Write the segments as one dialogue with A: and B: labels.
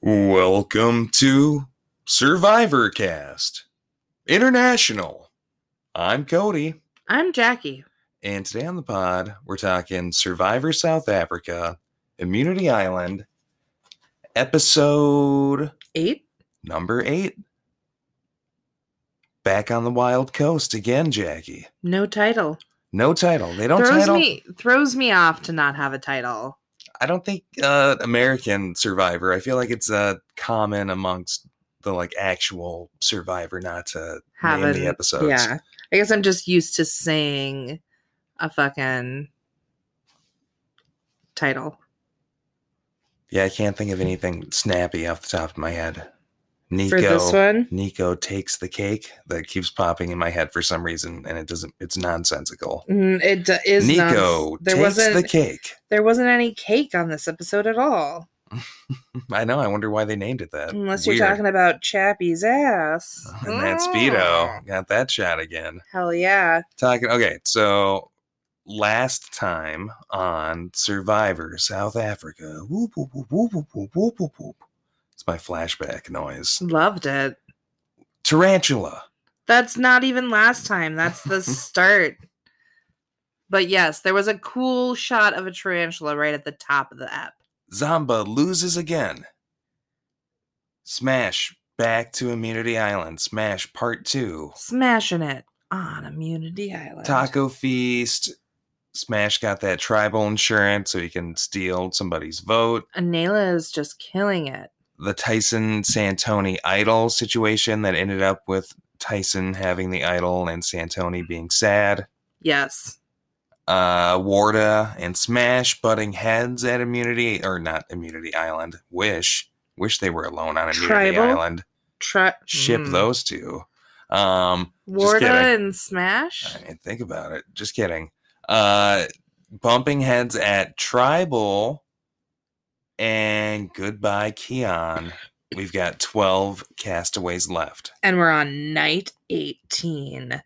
A: Welcome to Survivor Cast International. I'm Cody,
B: I'm Jackie.
A: and today on the pod, we're talking Survivor South Africa, Immunity Island, episode
B: Eight?
A: number eight. Back on the wild coast again, Jackie.
B: No title.
A: No title. They don't
B: throws
A: title.
B: me throws me off to not have a title.
A: I don't think uh, American Survivor. I feel like it's uh, common amongst the like actual Survivor not to
B: Have
A: name
B: an-
A: the episodes.
B: Yeah. I guess I'm just used to saying a fucking title.
A: Yeah, I can't think of anything snappy off the top of my head.
B: For
A: Nico,
B: this one.
A: Nico takes the cake that keeps popping in my head for some reason, and it doesn't. It's nonsensical.
B: Mm, It d- is not-
A: Nico
B: there
A: takes
B: wasn't
A: the cake.
B: there wasn't any cake on this episode at all,
A: I know. I wonder why they named it that.
B: unless you're
A: Weird.
B: talking about Chappie's ass
A: And that
B: Oh,
A: speedo got that shot again.
B: Hell yeah!
A: Talking. Okay, so last time on Survivor South Africa. Whoop whoop whoop whoop whoop whoop whoop whoop. whoop. It's my flashback noise.
B: Loved it.
A: Tarantula.
B: That's not even last time. That's the start. But yes, there was a cool shot of a tarantula right at the top of the app.
A: Zamba loses again. Smash back to Immunity Island. Smash part two.
B: Smashing it on Immunity Island.
A: Taco Feast. Smash got that tribal insurance so he can steal somebody's vote.
B: Anela is just killing it.
A: The Tyson Santoni idol situation that ended up with Tyson having the idol and Santoni being sad.
B: Yes.
A: Uh, Warda and Smash butting heads at Immunity, or not Immunity Island. Wish. Wish they were alone on Immunity
B: Tribal?
A: Island.
B: Try
A: ship
B: Mm.
A: those two. Um, kidding.
B: Warda and Smash.
A: I mean, think about it. Just kidding. Uh, bumping heads at Tribal and goodbye, Keon. We've got 12 castaways left.
B: and we're on night 18.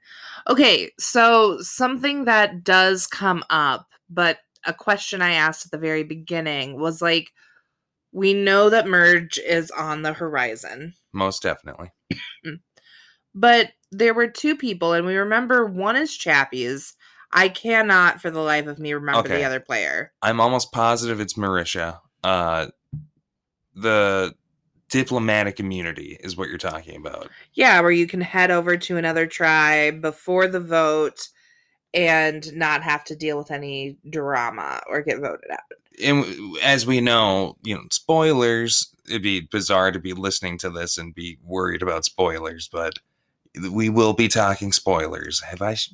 B: Okay, so something that does come up, but a question I asked at the very beginning was like, we know that merge is on the horizon,
A: Most definitely.
B: but there were two people, and we remember one is Chappie's. I cannot for the life of me remember
A: Okay.
B: the other player.
A: I'm almost positive it's Marisha. Uh, the diplomatic immunity is what you're talking about.
B: Yeah, where you can head over to another tribe before the vote and not have to deal with any drama or get voted out.
A: and w- as we know, you know, spoilers. It'd be bizarre to be listening to this and be worried about spoilers, but we will be talking spoilers. Have I? sh-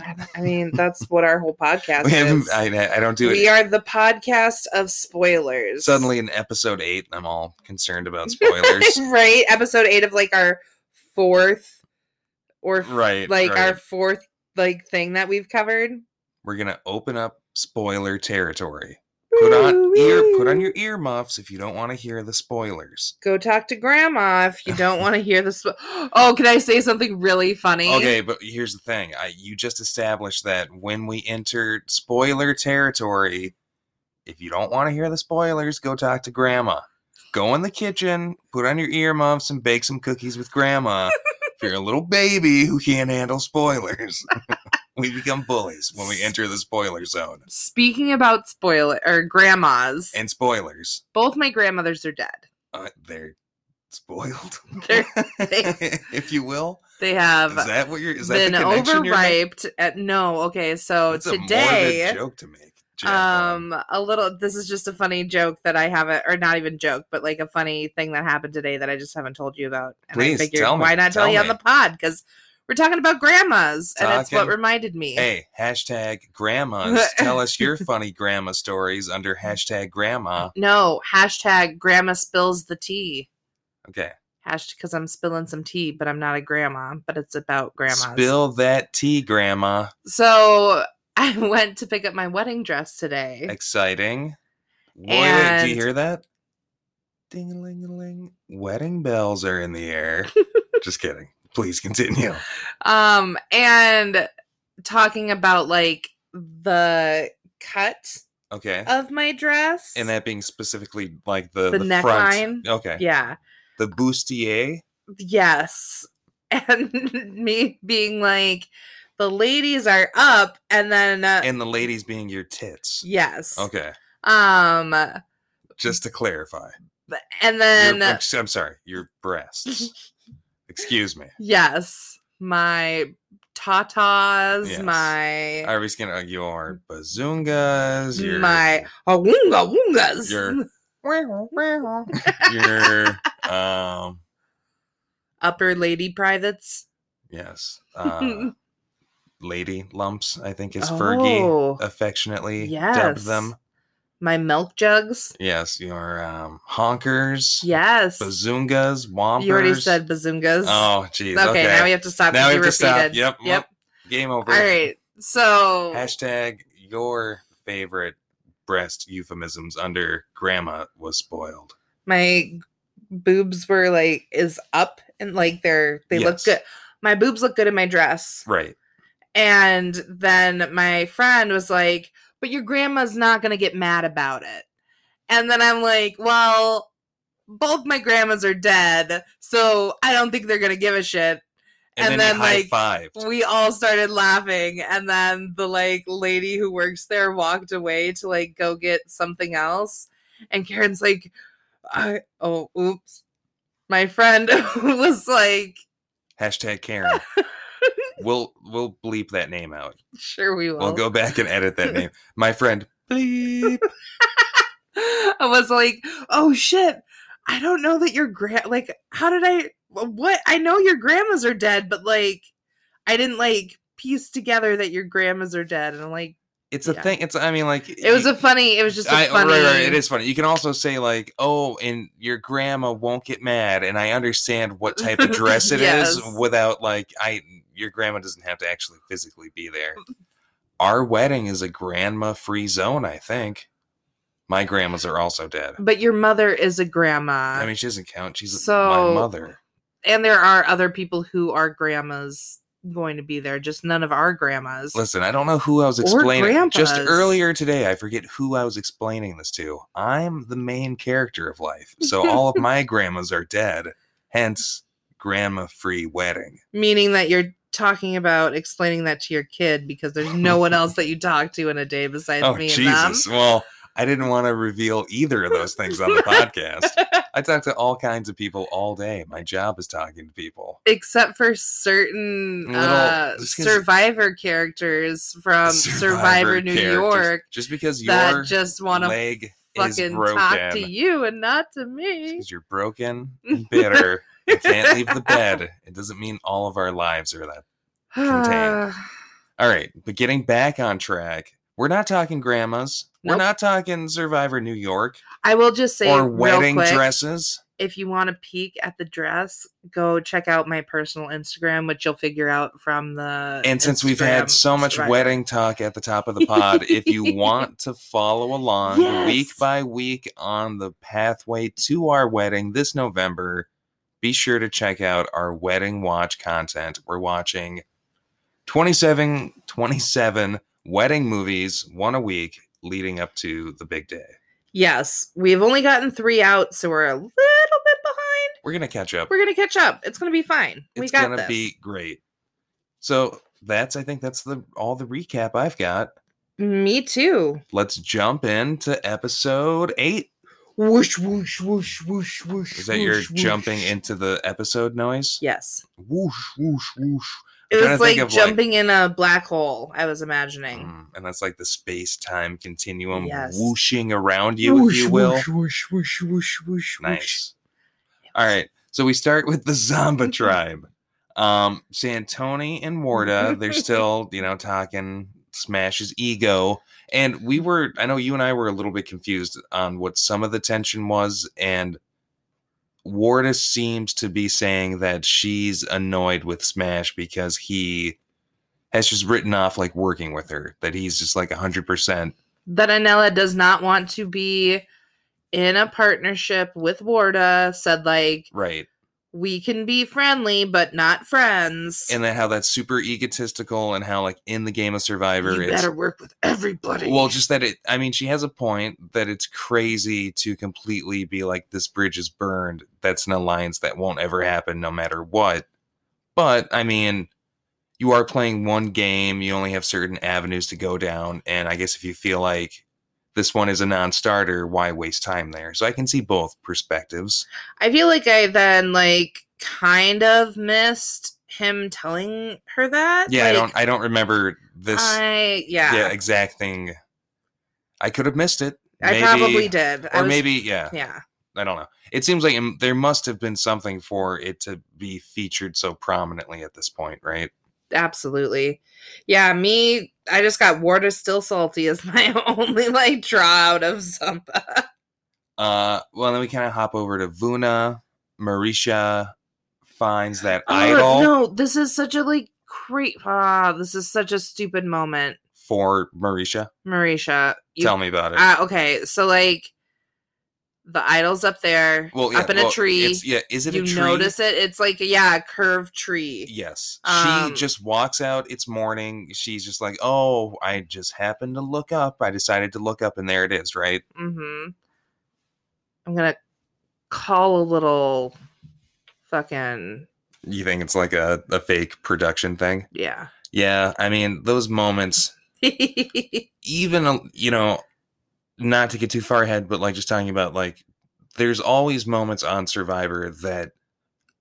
B: I don't- I mean, that's what our whole podcast
A: We haven't.
B: is.
A: I, I don't do
B: we
A: it.
B: are the podcast of spoilers.
A: Suddenly in episode eight, I'm all concerned about spoilers.
B: right? Episode eight of like our fourth or f-
A: right.
B: like
A: right.
B: our fourth like thing that we've covered.
A: We're gonna open up spoiler territory. Put on ear. Put on your earmuffs if you don't want to hear the spoilers.
B: Go talk to grandma if you don't want to hear this. Spo- oh, can I say something really funny?
A: Okay, but here's the thing. I, you just established that when we enter spoiler territory, if you don't want to hear the spoilers, go talk to grandma. Go in the kitchen, put on your earmuffs, and bake some cookies with grandma. if you're a little baby who can't handle spoilers, we become bullies when we enter the spoiler zone.
B: Speaking about spoiler or grandmas,
A: And spoilers,
B: both my grandmothers are dead.
A: uh, they're spoiled,
B: They're-
A: if you will.
B: They have
A: Is that what you're? Is that
B: been
A: the connection you're making?
B: overriped. At, no, okay, so
A: That's a morbid
B: today.
A: joke to make. Jan Vaughn.
B: um a little this is just a funny joke that i haven't or not even joke but like a funny thing that happened today that i just haven't told you about and
A: Please,
B: i figured
A: tell me,
B: why not tell,
A: tell
B: you on
A: me.
B: the pod because we're talking about grandmas and it's what
A: Talking-
B: reminded me
A: Hey, hashtag grandmas. Tell us your funny grandma stories under hashtag grandma.
B: no hashtag grandma spills the tea
A: Okay.
B: hashtag because i'm spilling some tea but i'm not a grandma but it's about grandmas
A: Spill that tea, grandma.
B: so i went to pick up my wedding dress today
A: Exciting. Wait, do you
B: And-
A: hear that? Ding a ling a ling. Wedding bells are in the air. Just kidding. Please continue.
B: um and talking about like the cut
A: Okay.
B: of my dress.
A: and that being specifically like the
B: Uh, The
A: front.
B: neckline?
A: Okay.
B: yeah.
A: The bustier.
B: Yes. And me being like, the ladies are up, and then uh,
A: and Oh. the ladies being your tits.
B: yes.
A: Okay,
B: Um,
A: just to clarify.
B: but- and uh,
A: Your-
B: then
A: ex- I'm sorry, your breasts. Excuse me.
B: yes, my tatas,
A: Yes.
B: my
A: I was gonna your bazoongas, your
B: my awunga wungas.
A: Your- your um
B: upper lady privates.
A: yes uh, lady lumps. I think is Fergie
B: Oh,
A: affectionately dubbed them.
B: Yes. my milk jugs.
A: Yes, your um, honkers,
B: Yes.
A: bazoongas, wompers.
B: You already said bazoongas.
A: Oh, jeez.
B: okay,
A: Okay,
B: now we have to stop.
A: Now
B: because
A: we
B: you
A: have to stop.
B: repeated.
A: Yep,
B: Yep.
A: game over.
B: All right. So
A: Hashtag your favorite breast euphemisms under grandma was spoiled.
B: my boobs were like is up and like they're they look
A: Yes.
B: good. My boobs look good in my dress.
A: Right.
B: And then my friend was like, "But your grandma's not going to get mad about it." And then I'm like, "Well, both my grandmas are dead, so I don't think they're going to give a shit."
A: And,
B: And
A: then,
B: then,
A: high
B: like,
A: fived.
B: we all started laughing and then the like lady who works there walked away to like go get something else and karen's like I, oh oops my friend was like
A: Hashtag Karen. we'll we'll bleep that name out.
B: sure we will
A: We'll go back and edit that name. My friend bleep.
B: i was like oh shit i don't know that your grand like how did i what i know your grandmas are dead but like i didn't like piece together that your grandmas are dead and i'm like
A: It's a
B: Yeah.
A: thing. It's I mean like
B: it was a funny it was just a
A: I-
B: funny
A: Right, right, it is funny. You can also say like, "Oh, and your grandma won't get mad," and I understand what type of dress it is
B: Yes.
A: without like, I your grandma doesn't have to actually physically be there.
B: Mm.
A: Our wedding is a grandma-free zone, I think. My grandmas are also dead.
B: But your mother is a grandma.
A: I mean, she doesn't count. She's my
B: so-
A: mother.
B: and there are other people who are grandmas going to be there, just none of our grandmas.
A: Listen, I don't know who I was
B: Or
A: explaining. Just
B: grandpas.
A: earlier today, I forget who I was explaining this to. I'm the main character of life. So all of my grandmas are dead. Hence, grandma free wedding.
B: Meaning that you're talking about explaining that to your kid because there's no one else that you talk to in a day besides
A: oh,
B: me
A: Jesus.
B: and
A: Well, I didn't want to reveal either of those things on the podcast.
B: them.
A: I talk to all kinds of people all day. My job is talking to people.
B: Except for certain
A: Little-
B: uh,
A: just 'cause-
B: survivor characters from Um, Survivor, New
A: characters.
B: York
A: Just because your
B: that just want to
A: leg is
B: fucking
A: broken.
B: talk to you and not to me.
A: because you're broken and bitter and can't leave the bed. It doesn't mean all of our lives are that. contained. All right, but getting back on track, we're not talking grandmas. We're
B: Nope.
A: not talking Survivor New York
B: I will just say
A: or
B: real
A: wedding
B: quick,
A: dresses.
B: if you want to peek at the dress, go check out my personal Instagram, which you'll figure out from the.
A: And since we've had
B: Instagram
A: so much
B: survivor.
A: wedding talk at the top of the pod, if you want to follow along week
B: Yes.
A: by week on the pathway to our wedding this November, be sure to check out our wedding watch content. We're watching 27, 27 wedding movies, one a week, leading up to the big day.
B: Yes, we've only gotten three out, so we're a little bit behind.
A: We're going to catch up.
B: We're going to catch up. It's going to be fine. we
A: it's
B: got
A: gonna
B: this.
A: be great. So that's I think that's the all the recap I've got.
B: Me too.
A: Let's jump into episode eight.
B: Whoosh, whoosh, whoosh, whoosh, whoosh.
A: Is that you're
B: whoosh,
A: jumping
B: whoosh.
A: into the episode noise?
B: Yes.
A: Whoosh, whoosh, whoosh.
B: It
A: trying
B: was
A: to think
B: like
A: of, like-
B: jumping in a black hole, I was imagining.
A: Mm, and that's like the space time continuum
B: Yes.
A: whooshing around you, if you will.
B: Whoosh, whoosh, whoosh, whoosh, whoosh.
A: Nice. All right. So we start with the Zomba tribe. Um, Santoni and Warda, they're still, you know, talking smashes ego. And we were, I know you and I were a little bit confused on what some of the tension was. And Warda seems to be saying that she's annoyed with Smash because he has just written off like working with her, that he's just like 100%.
B: that Anella does not want to be in a partnership with Warda said like
A: Right.
B: we can be friendly but not friends.
A: and then how that's super egotistical and how like in the game of survivor
B: you
A: it's
B: better work with everybody.
A: well just that it i mean she has a point that it's crazy to completely be like this bridge is burned that's an alliance that won't ever happen no matter what but i mean you are playing one game you only have certain avenues to go down and i guess if you feel like this one is a non-starter why waste time there so i can see both perspectives
B: I feel like I then like kind of missed him telling her that.
A: yeah i
B: Like,
A: don't i don't remember this
B: I yeah.
A: yeah. exact thing i could have missed it
B: I probably did. I
A: or
B: was-
A: maybe yeah
B: yeah.
A: I don't know. It seems like um, there must have been something for it to be featured so prominently at this point, right?
B: absolutely. Yeah, me, I just got water still salty as my only like draw out of Zampa.
A: Uh, well, then we kind of hop over to Vuna. Marisha finds that idol
B: Uh, Ah, no, this is such a like creep. Ah, this is such a stupid moment,
A: for Marisha.
B: Marisha. you-
A: Tell me about it.
B: Ah, okay, so like the idol's up there,
A: well, yeah,
B: up in a
A: well,
B: tree.
A: It's, yeah, is it
B: you
A: a tree?
B: notice it? It's like yeah, a curved tree.
A: Yes.
B: Um,
A: she just walks out. It's morning. She's just like, oh, I just happened to look up. I decided to look up, and there it is, right?
B: Mm-hmm. I'm gonna call a little fucking
A: You think it's like a, a fake production thing?
B: yeah.
A: Yeah. I mean, those moments.
B: Mm-hmm.
A: even uh, you know not to get too far ahead but like just talking about like there's always moments on survivor that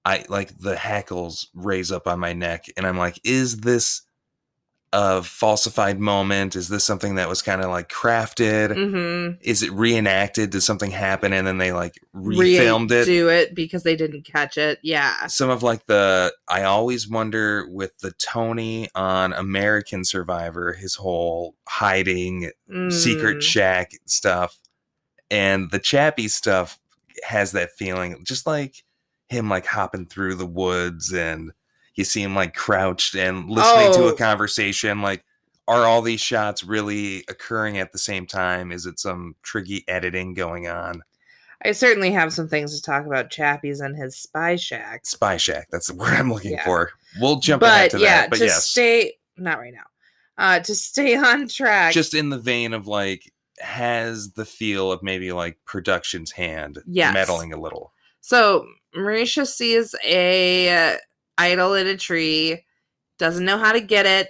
A: i like the hackles raise up on my neck and i'm like is this a falsified moment is this something that was kind of like crafted
B: mm-hmm.
A: is it reenacted did something happen and then they like refilmed it
B: Do it because they didn't catch it. Yeah.
A: some of like the I always wonder with the Tony on American Survivor, his whole hiding secret
B: Mm.
A: shack stuff and the chappy stuff has that feeling just like him like hopping through the woods and you see him like crouched and listening to
B: Oh.
A: a conversation like are all these shots really occurring at the same time is it some tricky editing going on
B: I certainly have some things to talk about Chappies and his spy shack.
A: spy shack that's the word i'm looking
B: Yeah.
A: for we'll jump
B: but
A: ahead to
B: yeah,
A: that but
B: to
A: yes
B: stay not right now. Uh to stay on track.
A: just in the vein of like has the feel of maybe like production's hand
B: Yes.
A: meddling a little
B: so Marisha sees a uh, idol in a tree, doesn't know how to get it,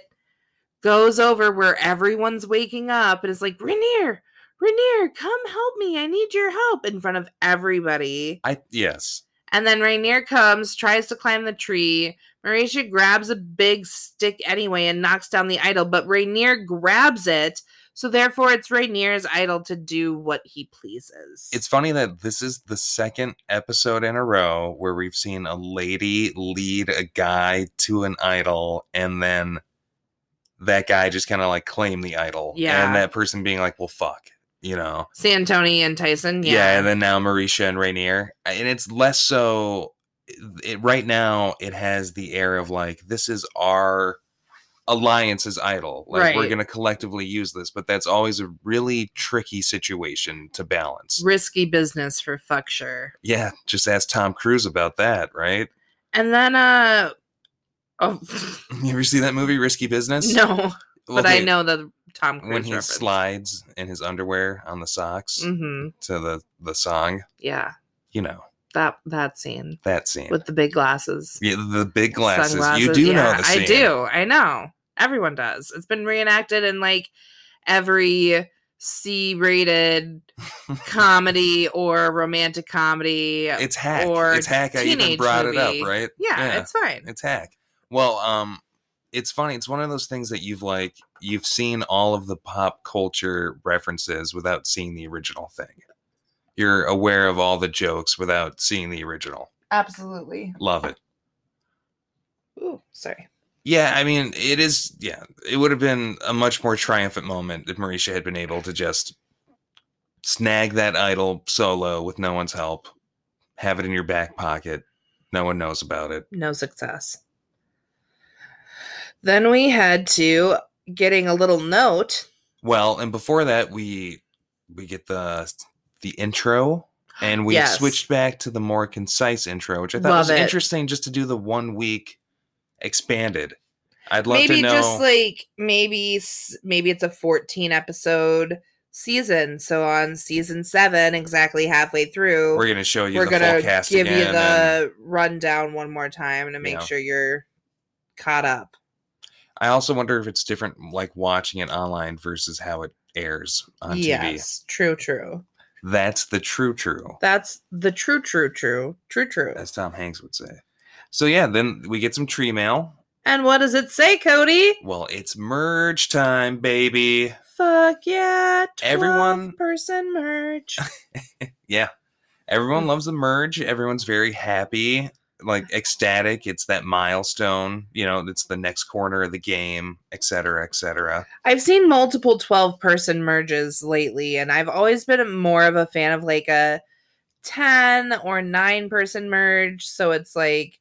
B: goes over where everyone's waking up and is like, Rainier, Rainier, come help me. I need your help in front of everybody.
A: i yes
B: And then Rainier comes, tries to climb the tree. Marisha grabs a big stick anyway and knocks down the idol, but Rainier grabs it. So therefore, it's Rainier's idol to do what he pleases.
A: It's funny that this is the second episode in a row where we've seen a lady lead a guy to an idol and then that guy just kind of like claim the idol.
B: Yeah.
A: And that person being like, well, fuck, you know?
B: Santoni and Tyson.
A: Yeah.
B: Yeah.
A: and then now Marisha and Rainier. And it's less so, it, right now, it has the air of like, this is our alliance's idol. Like, we're
B: Right.
A: going to collectively use this. But that's always a really tricky situation to balance.
B: Risky business for fuck sure.
A: Yeah, just ask Tom Cruise about that, right?
B: And then, uh, oh,
A: You ever see that movie, Risky Business?
B: no, but I
A: Okay,
B: know the Tom Cruise
A: when he
B: reference.
A: slides in his underwear on the socks
B: hmm
A: to the the song.
B: Yeah.
A: You know
B: That, that scene
A: that scene.
B: with the big glasses.
A: yeah, the big glasses. You
B: Sunglasses,
A: do know
B: yeah,
A: the scene.
B: I do. I know. Everyone does. It's been reenacted in like every C-rated comedy or romantic comedy.
A: It's hack.
B: Or
A: it's hack. I even
B: teenage
A: brought it
B: movie.
A: up, right?
B: yeah,
A: yeah.
B: it's fine.
A: It's hack. Well, um, it's funny. It's one of those things that you've like you've seen all of the pop culture references without seeing the original thing. You're aware of all the jokes without seeing the original.
B: Absolutely.
A: Love it.
B: Ooh, sorry.
A: Yeah, I mean, it is. Yeah, it would have been a much more triumphant moment if Marisha had been able to just snag that idol solo with no one's help, have it in your back pocket. No one knows about it.
B: No success. Then we had to getting a little note.
A: Well, and before that, we we get the the intro And we
B: Yes.
A: switched back to the more concise intro, which I thought
B: Love
A: was
B: it.
A: interesting just to do the one week expanded. I'd love
B: maybe
A: to know.
B: just like maybe s- maybe it's a 14 episode season. So on season 7 exactly halfway through
A: we're going to show you
B: we're
A: the
B: gonna
A: full cast
B: give
A: again.
B: you
A: and
B: the rundown one more time to make
A: Yeah.
B: sure you're caught up.
A: I also wonder if it's different, like watching it online versus how it airs on TV.
B: yes, true, true.
A: That's the true, true,
B: That's the true, true, true, true, true.
A: as Tom Hanks would say. So, yeah, then we get some tree mail.
B: And what does it say, Cody?
A: Well, it's merge time, baby.
B: Fuck yeah!
A: Everyone-
B: person merge. Hmm.
A: Everyone loves the merge. Everyone's very happy, like ecstatic. It's that milestone, you know, it's the next corner of the game, et cetera, et cetera.
B: I've seen multiple twelve person merges lately, and I've always been more of a fan of like a ten or nine person merge. So it's like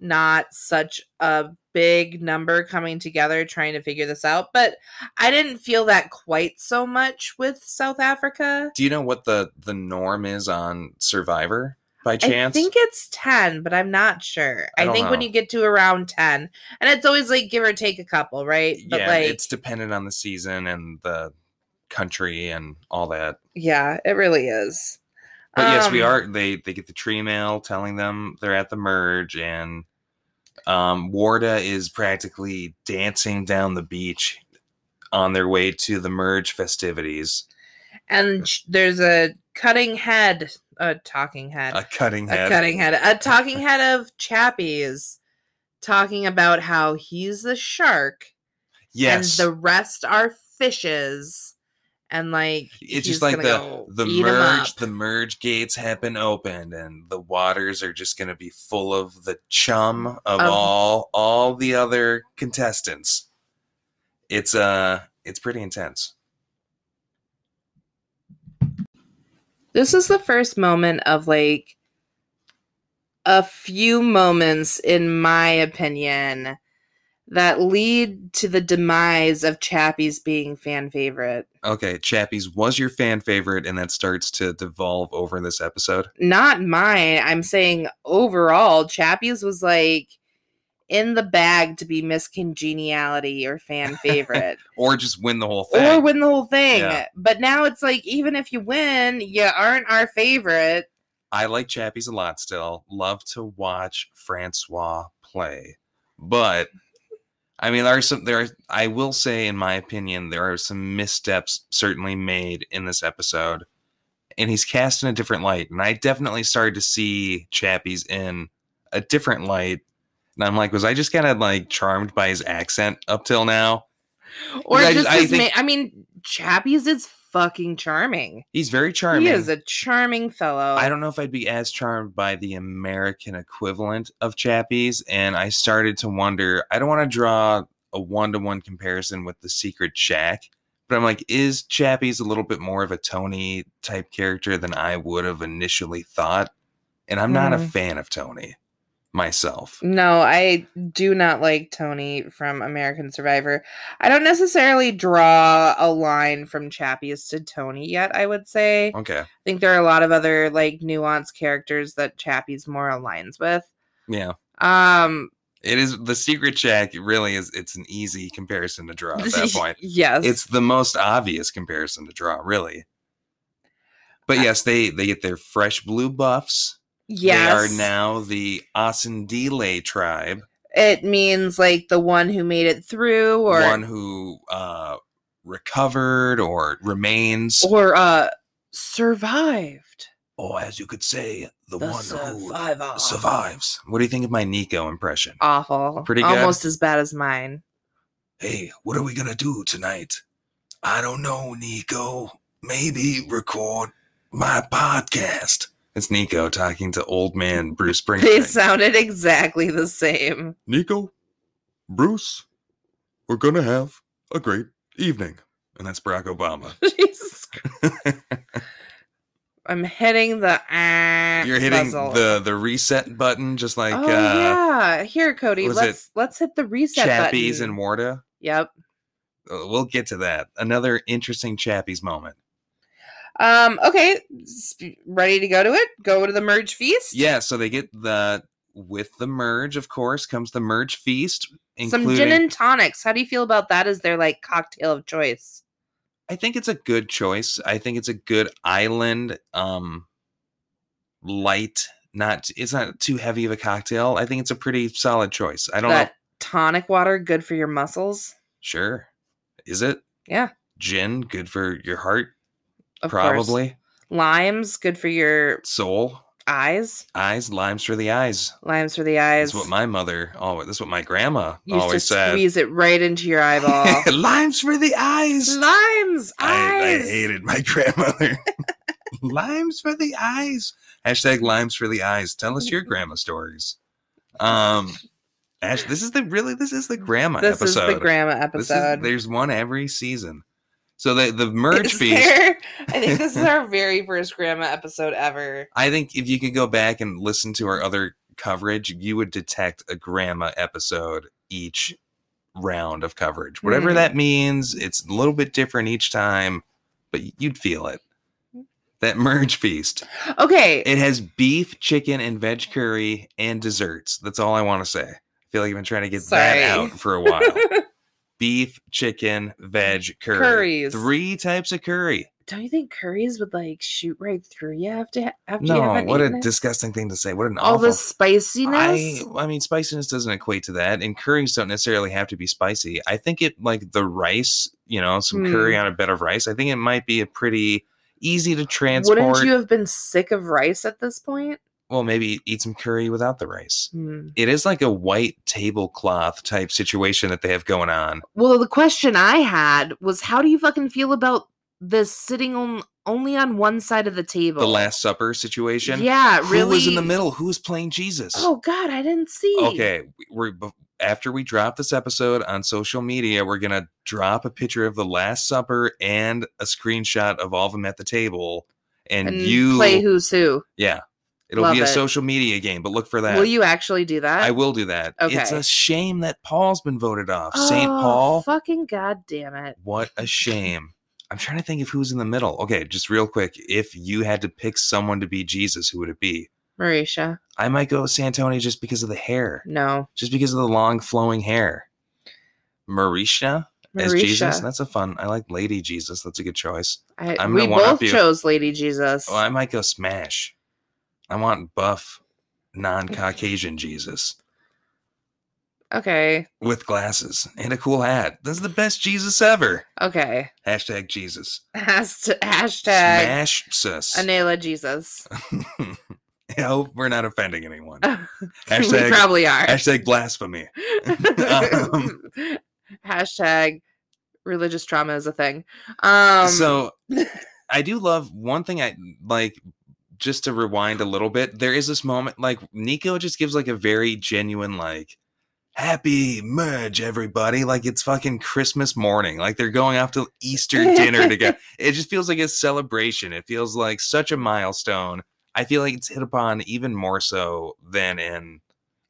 B: not such a big number coming together trying to figure this out. But I didn't feel that quite so much with South Africa.
A: Do you know what the the norm is on Survivor by chance?
B: I think it's 10, but I'm not sure.
A: I
B: I,
A: don't
B: think when
A: know.
B: you get to around 10, and it's always like give or take a couple, right? But
A: yeah,
B: like,
A: it's dependent on the season and the country and all that.
B: yeah, it really is.
A: But yes, we
B: Um,
A: are. They they get the tree mail telling them they're at the merge, and um, Warda is practically dancing down the beach on their way to the merge festivities.
B: And sh- there's a cutting head, a talking head,
A: A cutting
B: a
A: head.
B: cutting head, a talking head of Chappies talking about how he's the shark
A: yes,
B: and the rest are fishes. And like,
A: it's
B: he's
A: just like
B: gonna
A: the
B: go
A: the
B: eat 'em
A: merge.
B: up.
A: The merge gates have been opened, and the waters are just going to be full of the chum of
B: Of-
A: all all the other contestants. It's uh, it's pretty intense.
B: This is the first moment of like a few moments, in my opinion, that lead to the demise of Chappie's being fan favorite.
A: Okay, Chappies was your fan favorite, and that starts to devolve over this episode.
B: Not mine. I'm saying overall, Chappie's was like in the bag to be Miss Congeniality or fan favorite
A: Or just win the whole
B: or
A: thing.
B: win the whole thing.
A: Yeah.
B: But now it's like, even if you win, you aren't our favorite.
A: I like Chappies a lot still. Love to watch Francois play. But I mean there are some there are, I will say in my opinion, there are some missteps certainly made in this episode. And he's cast in a different light. And I definitely started to see Chappies in a different light. And I'm like, was I just kind of like charmed by his accent up till now? Because
B: Or
A: I
B: just
A: just- I
B: as
A: think-
B: ma- I mean, Chappies is fucking charming.
A: He's very charming.
B: He is a charming fellow.
A: I don't know if I'd be as charmed by the American equivalent of Chappies, and I started to wonder. I don't want to draw a one-to-one comparison with the Secret Shack, but I'm like, is Chappies a little bit more of a Tony type character than I would have initially thought? And I'm not a
B: Mhm.
A: fan of Tony myself.
B: No, I do not like Tony from American Survivor. I don't necessarily draw a line from Chappies to Tony yet, I would say. I
A: Okay,
B: think there are a lot of other like nuanced characters that Chappies more aligns with.
A: yeah,
B: Um
A: it is the Secret Shack. it Really, is it's an easy comparison to draw at that Oh, point.
B: yes.
A: it's the most obvious comparison to draw, really. But
B: I-
A: yes, they they get their fresh blue buffs.
B: yes.
A: They are now the Asundile tribe,
B: It means like the one who made it through or
A: one who uh, recovered or remains,
B: or uh survived.
A: or as you could say, the, one
B: survivor.
A: who survives. What do you think of my Nico impression?
B: Uh, Awful.
A: Pretty good.
B: Almost as bad as mine.
A: hey, what are we gonna do tonight? I don't know, Nico. Maybe record my podcast. It's Nico talking to old man Bruce
B: They
A: Springsteen.
B: sounded exactly the same.
A: Nico, Bruce, we're gonna have a great evening. And that's Barack Obama.
B: Jesus Christ. I'm hitting the ah
A: You're hitting
B: buzzle.
A: the the reset button, just like
B: oh
A: uh,
B: yeah, here, Cody.
A: was it
B: Let's let's hit the reset
A: Chappies
B: button.
A: and Warda.
B: yep.
A: Uh, We'll get to that. Another interesting Chappies moment.
B: Um, okay, sp- ready to go to it? Go to the merge feast.
A: Yeah, so they get the with the merge, of course, comes the merge feast.
B: Some gin and tonics. How do you feel about that as their like cocktail of choice?
A: I think it's a good choice. I think it's a good island, um, light. Not it's not too heavy of a cocktail. I think it's a pretty solid choice. I don't know.
B: that tonic water, good for your muscles.
A: Sure, is it?
B: Yeah.
A: Gin, good for your heart,
B: Of Course.
A: probably.
B: Limes, good for your
A: Soul,
B: eyes.
A: eyes, limes for the eyes.
B: Limes for the eyes.
A: That's what my mother always. That's what my grandma
B: used
A: always
B: to
A: said.
B: squeeze it right into your eyeball.
A: limes for the eyes.
B: Limes,
A: I, I
B: eyes.
A: hated my grandmother. limes for the eyes. Hashtag limes for the eyes. Tell us your grandma stories. Um, Ash, this is the really this is the grandma
B: This
A: episode.
B: is the grandma
A: This
B: episode.
A: is there's one every season. So the the merge
B: Is
A: feast.
B: there- I think this is our very first grandma episode ever.
A: I think if you could go back and listen to our other coverage, you would detect a grandma episode each round of coverage. Whatever
B: Hmm.
A: that means, it's a little bit different each time, but you'd feel it. That merge feast.
B: Okay.
A: It has beef, chicken, and veg curry and desserts. That's all I want to say. I feel like I've been trying to get
B: Sorry.
A: that out for a while. beef, chicken, veg, curry.
B: Curries.
A: Three types of curry.
B: Don't you think curries would like shoot right through you after after you
A: No,
B: haven't
A: what a
B: eaten it?
A: disgusting thing to say. What an
B: all
A: awful
B: the spiciness?
A: I, I mean, spiciness doesn't equate to that, and curries don't necessarily have to be spicy. I think it like the rice, you know, some curry on a bed of rice. I think it might be a pretty easy to transport.
B: Hmm. Wouldn't you have been sick of rice at this point?
A: well, maybe eat some curry without the rice.
B: Hmm.
A: It is like a white tablecloth type situation that they have going on.
B: Well, the question I had was, how do you fucking feel about this sitting on only on one side of the table?
A: The Last Supper situation.
B: Oh. Yeah, really.
A: Who is in the middle? Who is playing Jesus?
B: Oh God, I didn't see.
A: Okay, we're bef- after we drop this episode on social media, we're gonna drop a picture of the Last Supper and a screenshot of all of them at the table, and,
B: and
A: you
B: play who's who.
A: yeah, it'll be
B: Love
A: a
B: it.
A: social media game. But look for that.
B: Will you actually do that?
A: I will do that. It's
B: Okay.
A: a shame that Paul's been voted off. Saint
B: Oh,
A: Paul,
B: Fucking goddamn it!
A: what a shame. I'm trying to think of who's in the middle. Okay, just real quick, if you had to pick someone to be Jesus, who would it be?
B: Marisha.
A: I might go with Santoni just because of the hair.
B: No.
A: just because of the long flowing hair. Marisha as Jesus.
B: Marisha.
A: That's a fun. I like Lady Jesus. That's a good choice.
B: I,
A: I'm
B: we
A: gonna one-up
B: both
A: you.
B: chose Lady Jesus.
A: Oh, I might go Smash. I want buff, non Caucasian Jesus
B: okay.
A: with glasses and a cool hat. That's the best Jesus ever.
B: Okay.
A: Hashtag Jesus.
B: Hashtag, hashtag
A: Smash sus.
B: Anela Jesus.
A: I hope we're not offending anyone.
B: we
A: Hashtag-
B: probably are.
A: Hashtag blasphemy. Um,
B: hashtag religious trauma is a thing. Um,
A: so I do love one thing I like just to rewind a little bit, there is this moment like Nico just gives like a very genuine like happy merge everybody like it's fucking christmas morning like they're going off to easter dinner together it just feels like a celebration it feels like such a milestone i feel like it's hit upon even more so than in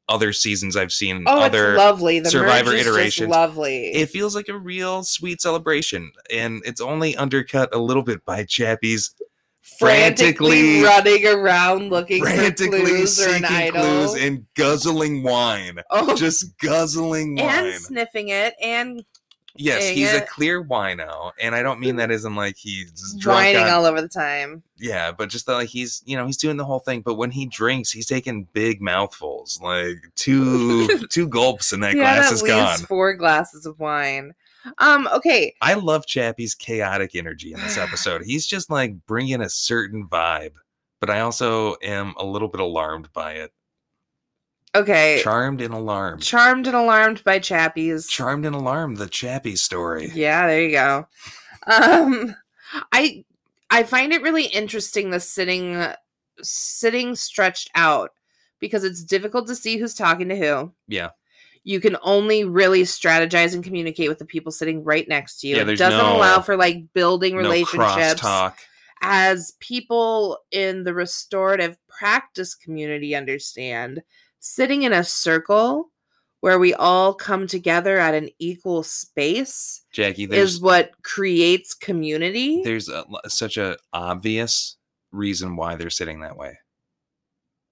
A: other seasons i've seen in
B: oh,
A: other
B: it's lovely. The
A: Survivor
B: Survivor iteration.
A: iterations.
B: Lovely.
A: it feels like a real sweet celebration and it's only undercut a little bit by chappie's frantically-
B: running around looking for
A: frantically
B: clues or an
A: seeking
B: idol.
A: clues and guzzling wine
B: oh,
A: just guzzling wine
B: and sniffing it and
A: yes
B: dang
A: he's a
B: it.
A: clear wino and i don't mean that isn't like he's drunk
B: whining
A: on-
B: all over the time.
A: yeah but just that like he's you know he's doing the whole thing but when he drinks he's taking big mouthfuls like two two gulps and that
B: he
A: glass
B: had at
A: is
B: least
A: gone
B: four glasses of wine. Um. Okay.
A: I love Chappie's chaotic energy in this episode. He's just like bringing a certain vibe, but I also am a little bit alarmed by it.
B: Okay.
A: Charmed and alarmed.
B: Charmed and alarmed by Chappies.
A: Charmed and alarmed, the Chappie story.
B: Yeah, there you go. Um, I I find it really interesting the sitting sitting stretched out because it's difficult to see who's talking to who.
A: Yeah.
B: You can only really strategize and communicate with the people sitting right next to you.
A: Yeah,
B: it
A: there's
B: doesn't
A: no-
B: allow for like building
A: No
B: relationships
A: crosstalk.
B: as people in the restorative practice community understand, sitting in a circle where we all come together at an equal space
A: Jackie,
B: is
A: there's
B: what creates community.
A: there's a, such a obvious reason why they're sitting that way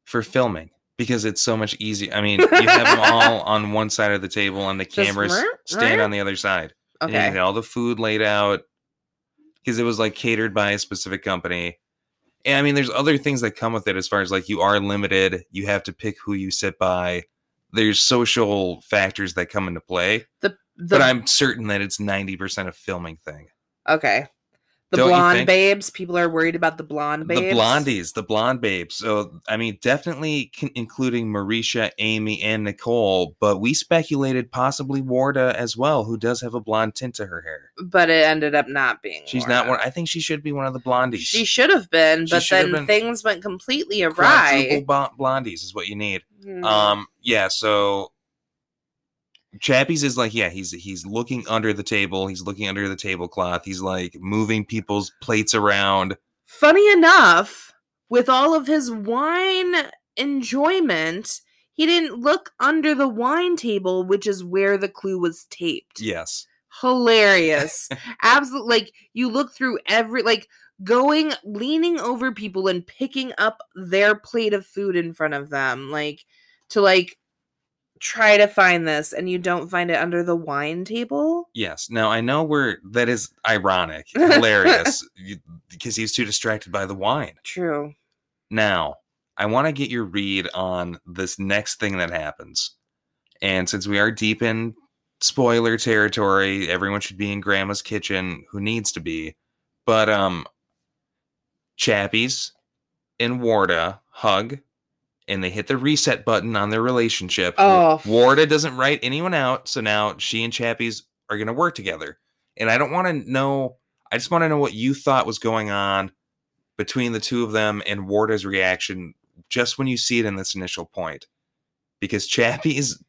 A: for filming because it's so much easier. I mean, you have them all on one side of the table and the
B: Just
A: cameras
B: rrrt,
A: stand
B: rrrt.
A: on the other side. And you
B: Okay.
A: had all the food laid out because it was like catered by a specific company. And I mean, there's other things that come with it as far as like you are limited, you have to pick who you sit by. There's social factors that come into play,
B: The,
A: but I'm certain that it's 90% a filming thing.
B: okay. The
A: Don't you
B: blonde
A: think-
B: babes. People are worried about the blonde babes.
A: The blondies, the blonde babes. So, I mean, definitely con- including Marisha, Amy, and Nicole, but we speculated possibly Warda as well, who does have a blonde tint to her hair.
B: But it ended up not being.
A: She's not
B: Laura.
A: one. I think she should be one of the blondies.
B: She should have been,
A: She
B: but
A: should have been.
B: then things went completely
A: quadruple
B: awry.
A: bo- blondies is what you need.
B: Hmm.
A: Um, yeah. So Chappies is like, yeah, he's he's looking under the table. He's looking under the tablecloth. He's like moving people's plates around.
B: Funny enough, with all of his wine enjoyment, he didn't look under the wine table, which is where the clue was taped.
A: Yes.
B: Hilarious. Absolutely. Like, you look through every, like, going, leaning over people and picking up their plate of food in front of them, like, to, like, try to find this, and you don't find it under the wine table.
A: Yes. Now I know we're that is ironic, hilarious, you- because he's too distracted by the wine.
B: True.
A: Now, I want to get your read on this next thing that happens. And since we are deep in spoiler territory, everyone should be in grandma's kitchen who needs to be. But um Chappies and Warda hug and they hit the reset button on their relationship.
B: Oh.
A: Warda doesn't write anyone out, so now she and Chappies are going to work together. And I don't want to know I just want to know what you thought was going on between the two of them and Warda's reaction just when you see it in this initial point. Because Chappie is,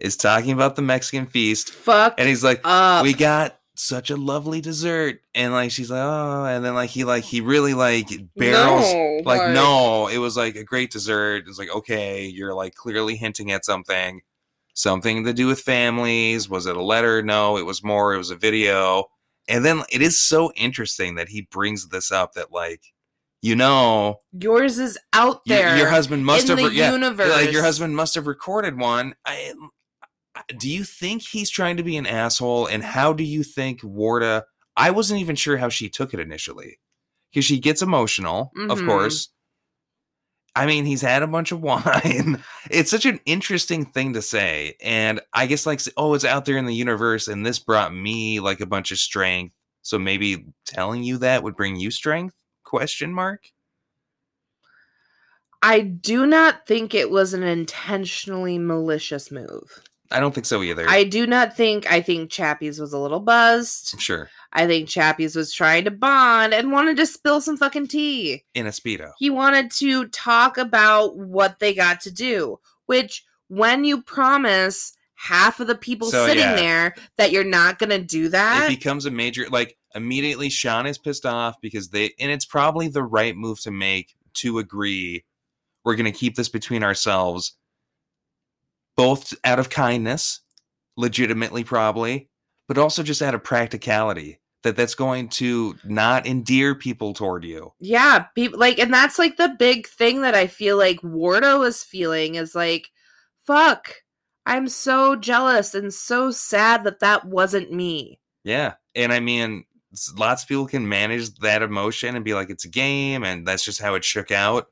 A: is talking about the Mexican feast
B: Fuck.
A: and he's like,
B: up.
A: We got such a lovely dessert. And like she's like, Oh, and then like he like he really like barrels
B: No,
A: like, no, it was like a great dessert. It's like, okay, you're like clearly hinting at something. Something to do with families. Was it a letter? No, it was more, it was a video. And then it is so interesting that he brings this up that like, you know,
B: yours is out
A: your-
B: there.
A: your husband must
B: in
A: have
B: the
A: re- yeah,
B: universe.
A: like your husband must have recorded one. I, I- do you think he's trying to be an asshole? And how do you think Warda? I wasn't even sure how she took it initially, because she gets emotional, of
B: Mhm.
A: course. I mean, he's had a bunch of wine. it's such an interesting thing to say, and I guess like, oh, it's out there in the universe, and this brought me like a bunch of strength. So maybe telling you that would bring you strength? Question mark.
B: I do not think it was an intentionally malicious move.
A: I don't think so either.
B: I do not think. I think Chappies was a little buzzed.
A: sure.
B: I think Chappies was trying to bond and wanted to spill some fucking tea.
A: in a speedo.
B: He wanted to talk about what they got to do, which when you promise half of the people
A: So,
B: sitting
A: yeah.
B: there that you're not going to do
A: It
B: that.
A: becomes a major like immediately Sean is pissed off because they and it's probably the right move to make to agree we're going to keep this between ourselves both out of kindness legitimately probably but also just out of practicality that that's going to not endear people toward you.
B: yeah people like and that's like the big thing that i feel like wardo is feeling is like fuck i'm so jealous and so sad that that wasn't me
A: Yeah. And I mean s- lots of people can manage that emotion and be like it's a game and that's just how it shook out.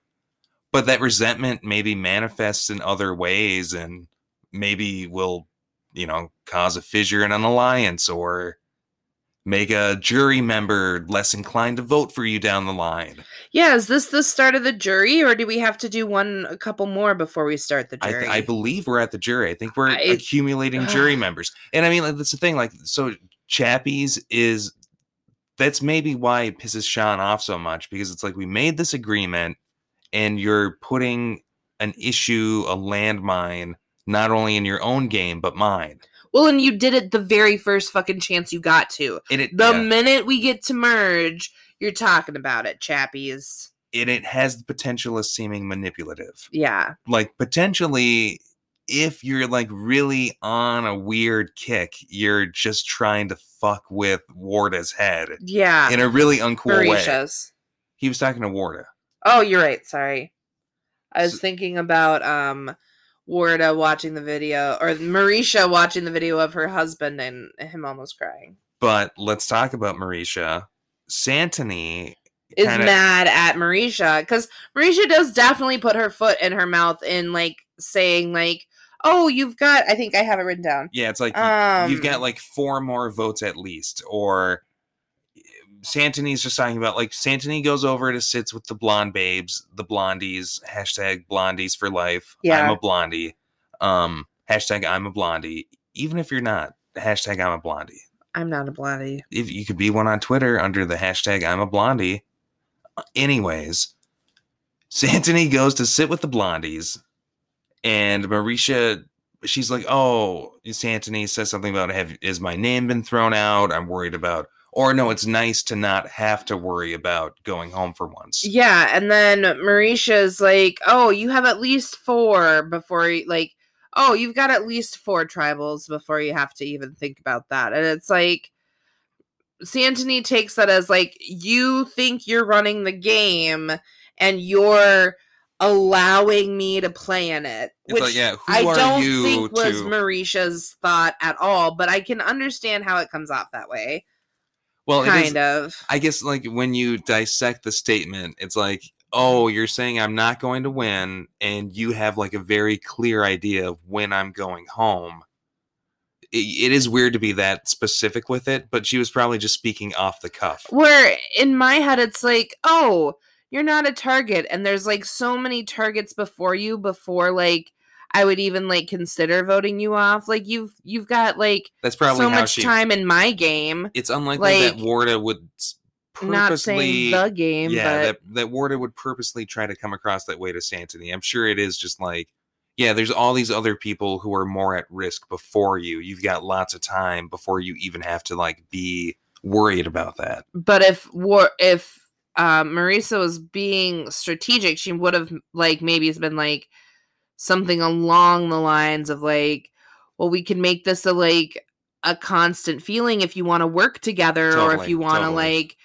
A: but that resentment maybe manifests in other ways and maybe will you know cause a fissure in an alliance or make a jury member less inclined to vote for you down the line
B: yeah is this the start of the jury or do we have to do one a couple more before we start the
A: I,
B: jury
A: th- I believe we're at the jury i think we're
B: I-
A: accumulating jury members and i mean like, that's the thing like so chappies is that's maybe why it pisses sean off so much because it's like we made this agreement and you're putting an issue, a landmine, not only in your own game but mine.
B: well and you did it the very first fucking chance you got to
A: And it
B: the
A: yeah,
B: minute we get to merge you're talking about it chappies
A: and it has the potential of seeming manipulative.
B: yeah
A: Like potentially, if you're like really on a weird kick, you're just trying to fuck with Warda's head
B: Yeah.
A: in a really uncool way.
B: Mauritius.
A: He was talking to Warda.
B: Oh, you're right. Sorry. I was
A: So-
B: thinking about um Warda watching the video or Marisha watching the video of her husband and him almost crying.
A: But let's talk about Marisha. Santini
B: Is
A: kinda-
B: mad at Marisha because Marisha does definitely put her foot in her mouth in like saying like, "Oh, you've got." I think I have it written down.
A: Yeah, it's like y-
B: Um,
A: you've got like four more votes at least. Or Santini's just talking about like Santini goes over to sits with the blonde babes, the blondies, hashtag blondies for life.
B: Yeah.
A: I'm a blondie. Um, hashtag I'm a blondie. Even if you're not, hashtag I'm a blondie.
B: I'm not a bloody.
A: If you could be one on Twitter under the hashtag I'm a blondie. Anyways, Santini goes to sit with the blondies, and Marisha, she's like, "Oh, Santini says something about have is my name been thrown out? I'm worried about." Or no, it's nice to not have to worry about going home for once.
B: Yeah, and then Marisha's like, "Oh, you have at least four before you like, oh, you've got at least four tribals before you have to even think about that." And it's like Santony takes that as like you think you're running the game and you're allowing me to play in it,
A: It's
B: which
A: like, yeah, who
B: I
A: are
B: don't
A: you
B: think was
A: to-
B: Marisha's thought at all. But I can understand how it comes off that way,
A: Well, it is
B: kind of.
A: I guess like when you dissect the statement, it's like,
B: Mm-hmm.
A: oh, you're saying I'm not going to win, and you have like a very clear idea of when I'm going home. I- it is weird to be that specific with it, but she was probably just speaking off the cuff.
B: Where in my head, it's like, oh, you're not a target. And there's like so many targets before you before like I would even like consider voting you off. Like you've you've got like
A: That's probably
B: so
A: how
B: much
A: she.
B: time in my game.
A: It's unlikely that
B: like,
A: Warda would s- purposely.
B: Not saying the game,
A: yeah,
B: but
A: that, that Warda would purposely try to come across that way to Santony. I'm sure it is just like, yeah, there's all these other people who are more at risk before you. You've got lots of time before you even have to like be worried about that.
B: but if war if uh, Marisa was being strategic, she would have like maybe it's been like something along the lines of like, well, we can make this a like a constant feeling if you want to work together or if
A: Totally,
B: you want to
A: totally.
B: like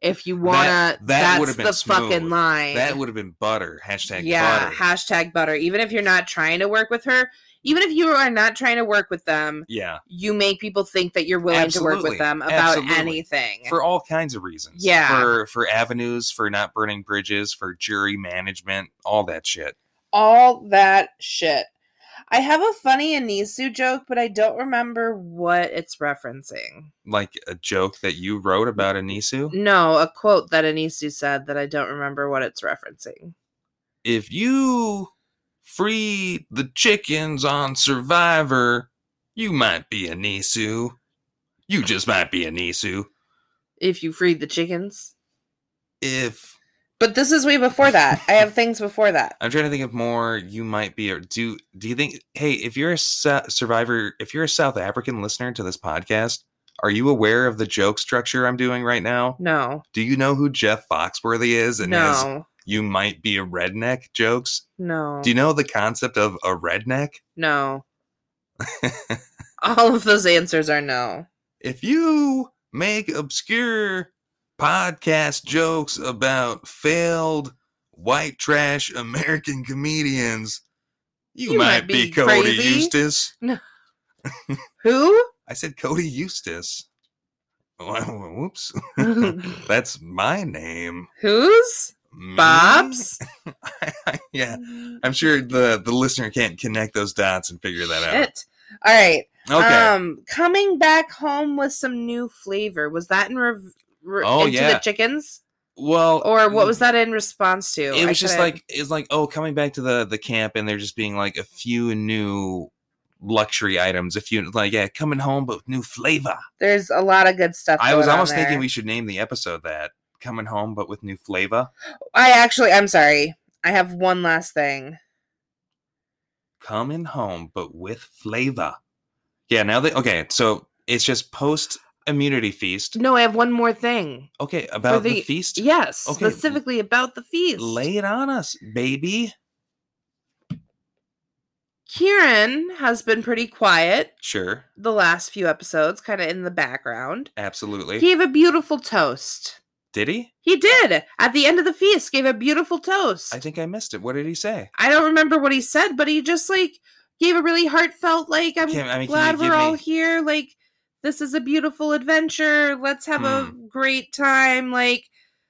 B: if you want to.
A: that would
B: that's
A: have been
B: the
A: smooth.
B: fucking line.
A: That would have been butter. Hashtag
B: yeah,
A: butter.
B: hashtag butter. Even if you're not trying to work with her, even if you are not trying to work with them,
A: yeah.
B: you make people think that you're willing to work
A: Absolutely,
B: with them about
A: absolutely.
B: anything.
A: For all kinds of reasons.
B: Yeah.
A: For for avenues, for not burning bridges, for jury management, all that shit.
B: all that shit. I have a funny Anisu joke, but I don't remember what it's referencing.
A: Like a joke that you wrote about Anisu.
B: No, a quote that Anisu said that I don't remember what it's referencing.
A: if you free the chickens on Survivor, you might be a Nisu. You just might be a Nisu.
B: If you freed the chickens.
A: If
B: But this is way before that. I have things before that.
A: I'm trying to think of more, you might be. Or do do you think? Hey, if you're a Su- Survivor, if you're a South African listener to this podcast, are you aware of the joke structure I'm doing right now?
B: No.
A: Do you know who Jeff Foxworthy is and his
B: No.
A: "you might be a redneck" jokes?
B: No.
A: Do you know the concept of a redneck?
B: no. All of those answers are no.
A: if you make obscure podcast jokes about failed white trash American comedians, you, might, be, Cody
B: crazy.
A: Eustace.
B: Who?
A: I said Cody Eustace. Oh, Whoops. That's my name.
B: Whose?
A: Me?
B: Bob's?
A: yeah. I'm sure the, the listener can't connect those dots and figure that
B: Shit. All right.
A: out. Okay.
B: Um, coming back home with some new flavor. Was that in rev- re-
A: Oh,
B: into
A: yeah.
B: the chickens,
A: well,
B: or what was
A: mm,
B: that in response to?
A: it
B: I
A: was just
B: couldn't-
A: like it's like oh coming back to the the camp and there just being like a few new luxury items a few like yeah coming home but with new flavor
B: there's a lot of good stuff.
A: i was
B: going on
A: almost thinking
B: there.
A: we should name the episode that coming home but with new flavor
B: I actually, I'm sorry. I have one last thing.
A: coming home but with flavor yeah now that okay so it's just post immunity feast
B: No, I have one more thing.
A: okay about the,
B: Mm, the-
A: feast
B: Yes,
A: Okay, l-
B: specifically about the feast.
A: lay it on us baby
B: Kieran has been pretty quiet
A: Sure.
B: the last few episodes, kind of in the background.
A: Absolutely.
B: He gave a beautiful toast.
A: did he?
B: He did. At the end of the feast, gave a beautiful toast.
A: I think I missed it. What did he say?
B: I don't remember what he said, but he just like gave a really heartfelt like I'm
A: Can- I mean, can you
B: glad
A: give
B: we're all
A: me-
B: here. Like this is a beautiful adventure. Let's have a great time. Like
A: Hmm.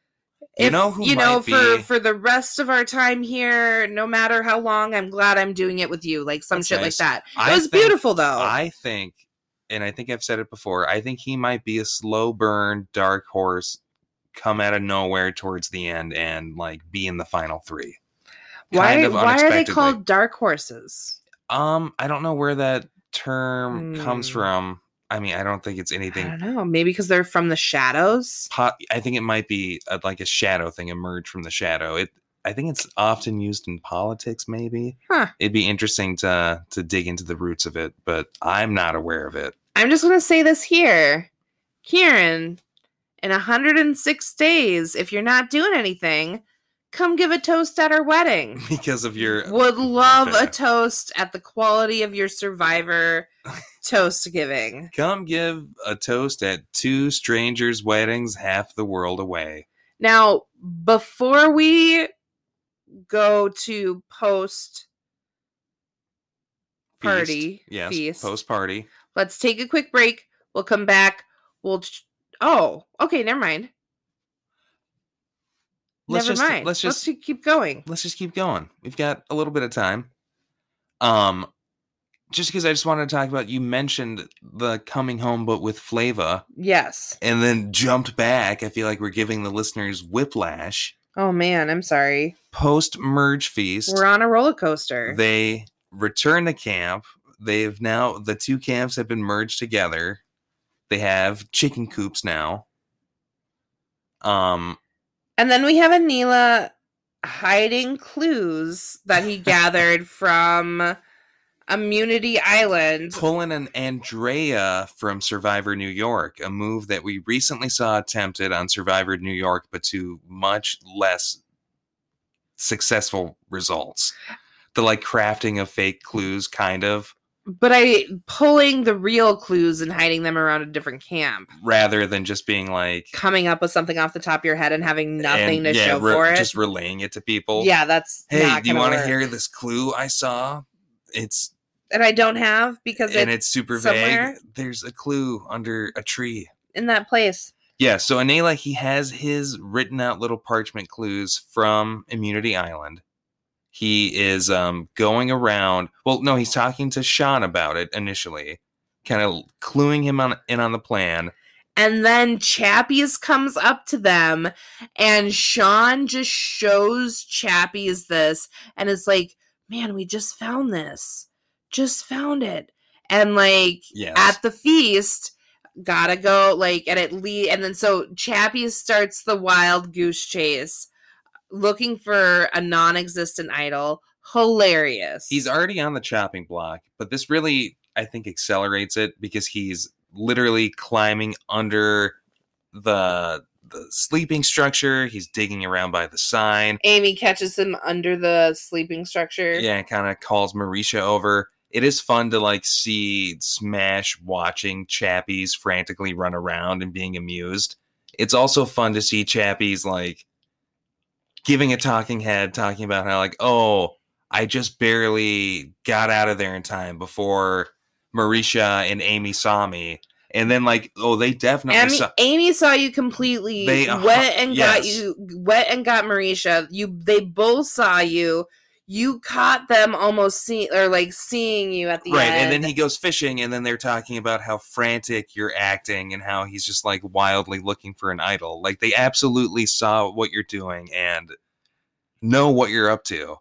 A: You know who
B: you know
A: might
B: for
A: be-
B: for the rest of our time here, no matter how long, I'm glad I'm doing it with you. Like some
A: That's
B: shit
A: nice.
B: like that. It
A: I
B: was
A: think-
B: beautiful though.
A: I think, and I think I've said it before, I think he might be a slow burn dark horse come out of nowhere towards the end and like be in the final three.
B: why
A: kind of
B: why are they
A: unexpectedly.
B: called dark horses?
A: Um, I don't know where that term comes
B: Hmm.
A: from. I mean, I don't think it's
B: I
A: anything.
B: don't know. Maybe because they're from the shadows.
A: Po- I think it might be uh like a shadow thing, emerge from the shadow. It. I think it's often used in politics. Maybe
B: Huh.
A: it'd be interesting to to dig into the roots of it, but I'm not aware of it.
B: I'm just going to say this here. Kieran, in 106 days, if you're not doing anything, come give a toast at our wedding.
A: because of your
B: Would love a
A: Okay.
B: toast at the quality of your survivor toast giving.
A: come give a toast at two strangers weddings half the world away
B: Now, before we go to post
A: Feast.
B: party
A: yes
B: feast,
A: post party
B: let's take a quick break. We'll come back. We'll. Ch- oh, okay, never mind.
A: let's
B: Never
A: just
B: mind.
A: let's just
B: let's keep going.
A: let's just keep going we've got a little bit of time um just because i just wanted to talk about you mentioned the coming home but with flava
B: Yes.
A: and then jumped back i feel like we're giving the listeners whiplash
B: Oh man, I'm sorry.
A: post merge feast
B: We're on a roller coaster.
A: They return to camp. They've now the two camps have been merged together. They have chicken coops now. Um
B: and then we have Anila hiding clues that he gathered from Immunity Island.
A: pulling an Andrea from Survivor New York, a move that we recently saw attempted on Survivor New York, but to much less successful results. The like crafting of fake clues kind of
B: But I pulling the real clues and hiding them around a different camp.
A: rather than just being like
B: Coming up with something off the top of your head and having nothing
A: and-
B: to
A: yeah,
B: show
A: re-
B: for it.
A: Just relaying it to people.
B: yeah, that's
A: hey
B: not
A: do you
B: gonna
A: want to
B: work.
A: hear this clue i saw it's
B: And I don't have because
A: and it's
B: it's
A: super
B: somewhere?
A: vague there's a clue under a tree
B: in that place.
A: yeah so anela he has his written out little parchment clues from immunity island he is um going around well no he's talking to sean about it initially kind of cluing him on in on the plan
B: And then Chappies comes up to them, and Sean just shows Chappies this and it's like, Man, we just found this. Just found it. And like
A: yes
B: at the feast, gotta go, like, and it lead and then so Chappies starts the wild goose chase looking for a non-existent idol. Hilarious.
A: he's already on the chopping block, but this really, I think, accelerates it because he's literally climbing under the the sleeping structure. He's digging around by the sign.
B: Amy catches him under the sleeping structure.
A: Yeah, kind of calls Marisha over. It is fun to like see Smash watching Chappies frantically run around and being amused. It's also fun to see Chappies like giving a talking head, talking about how like, oh, I just barely got out of there in time before Marisha and Amy saw me, and then like, oh, they definitely
B: Amy,
A: saw.
B: Amy saw you completely
A: They a hu-
B: wet and got
A: yes.
B: you wet and got Marisha. You they both saw you. You caught them almost seeing or like seeing you at the
A: Right, and
B: end.
A: then he goes fishing, and then they're talking about how frantic you're acting and how he's just like wildly looking for an idol. Like they absolutely saw what you're doing and know what you're up to.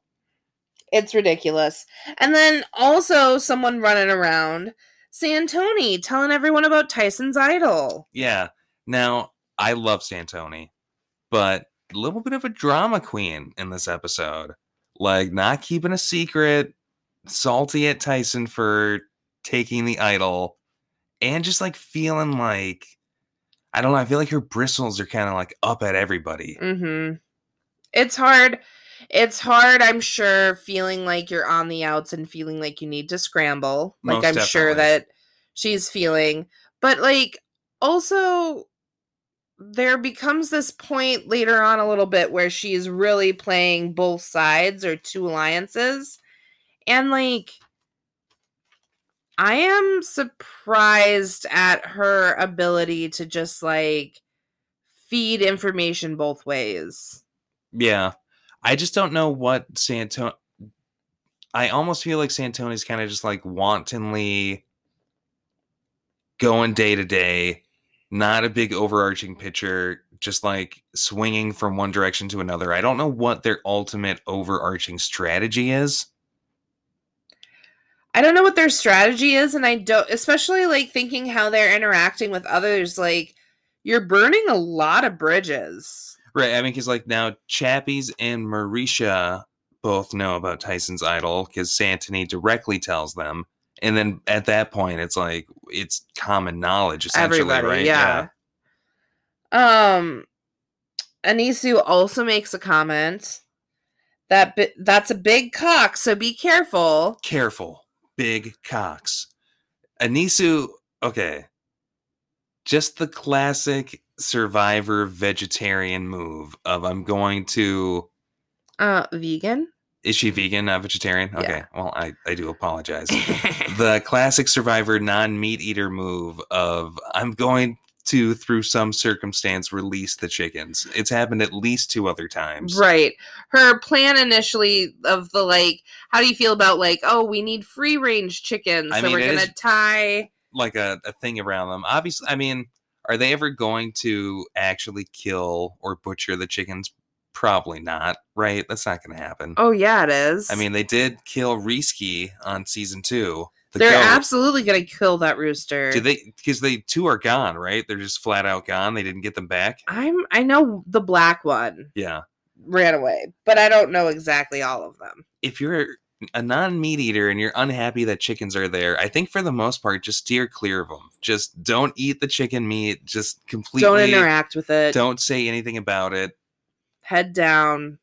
B: it's ridiculous. And then also someone running around. Santoni telling everyone about Tyson's idol.
A: Yeah. Now I love Santoni, but a little bit of a drama queen in this episode. Like not keeping a secret, salty at Tyson for taking the idol, and just like feeling like I don't know. I feel like her bristles are kind of like up at everybody.
B: Mm-hmm. It's hard. it's hard, I'm sure, feeling like you're on the outs and feeling like you need to scramble. Like
A: Most
B: I'm sure
A: definitely.
B: that she's feeling. But like also there becomes this point later on a little bit where she's really playing both sides or two alliances. And like I am surprised at her ability to just like feed information both ways.
A: Yeah. I just don't know what Santon I almost feel like Santoni's kind of just like wantonly going day to day, not a big overarching picture, just like swinging from one direction to another. I don't know what their ultimate overarching strategy is.
B: I don't know what their strategy is, and I don't, especially like thinking how they're interacting with others. Like, you're burning a lot of bridges.
A: Right. I mean, because like now Chappies and Marisha both know about Tyson's idol because Santony directly tells them. And then at that point, it's like it's common knowledge, essentially, right?
B: Everybody, yeah. Um, Anisu also makes a comment that bi- that's a big cock, so be careful.
A: Careful, big cocks. Anisu, okay. Just the classic survivor vegetarian move of I'm going to.
B: Uh, vegan.
A: Is she vegan, not vegetarian?
B: Yeah.
A: Okay. Well, I, I do apologize. the classic survivor non meat eater move of I'm going to through some circumstance release the chickens. It's happened at least two other times.
B: Right. Her plan initially of the like, how do you feel about like, oh, we need free range chickens,
A: I
B: so
A: mean,
B: we're
A: it
B: gonna
A: is-
B: tie.
A: Like a, a thing around them. Obviously I mean, are they ever going to actually kill or butcher the chickens? Probably not, right? That's not gonna happen.
B: Oh yeah, it is.
A: I mean they did kill Risky on season two. The
B: they're
A: goat.
B: absolutely gonna kill that rooster.
A: Do they because they two are gone, right? They're just flat out gone. They didn't get them back.
B: I'm. I know the black one
A: Yeah.
B: ran away, but I don't know exactly all of them.
A: if you're a non-meat eater and you're unhappy that chickens are there, I think for the most part, just steer clear of them. Just don't eat the chicken meat. Just completely
B: don't interact with it.
A: don't say anything about it.
B: Head down,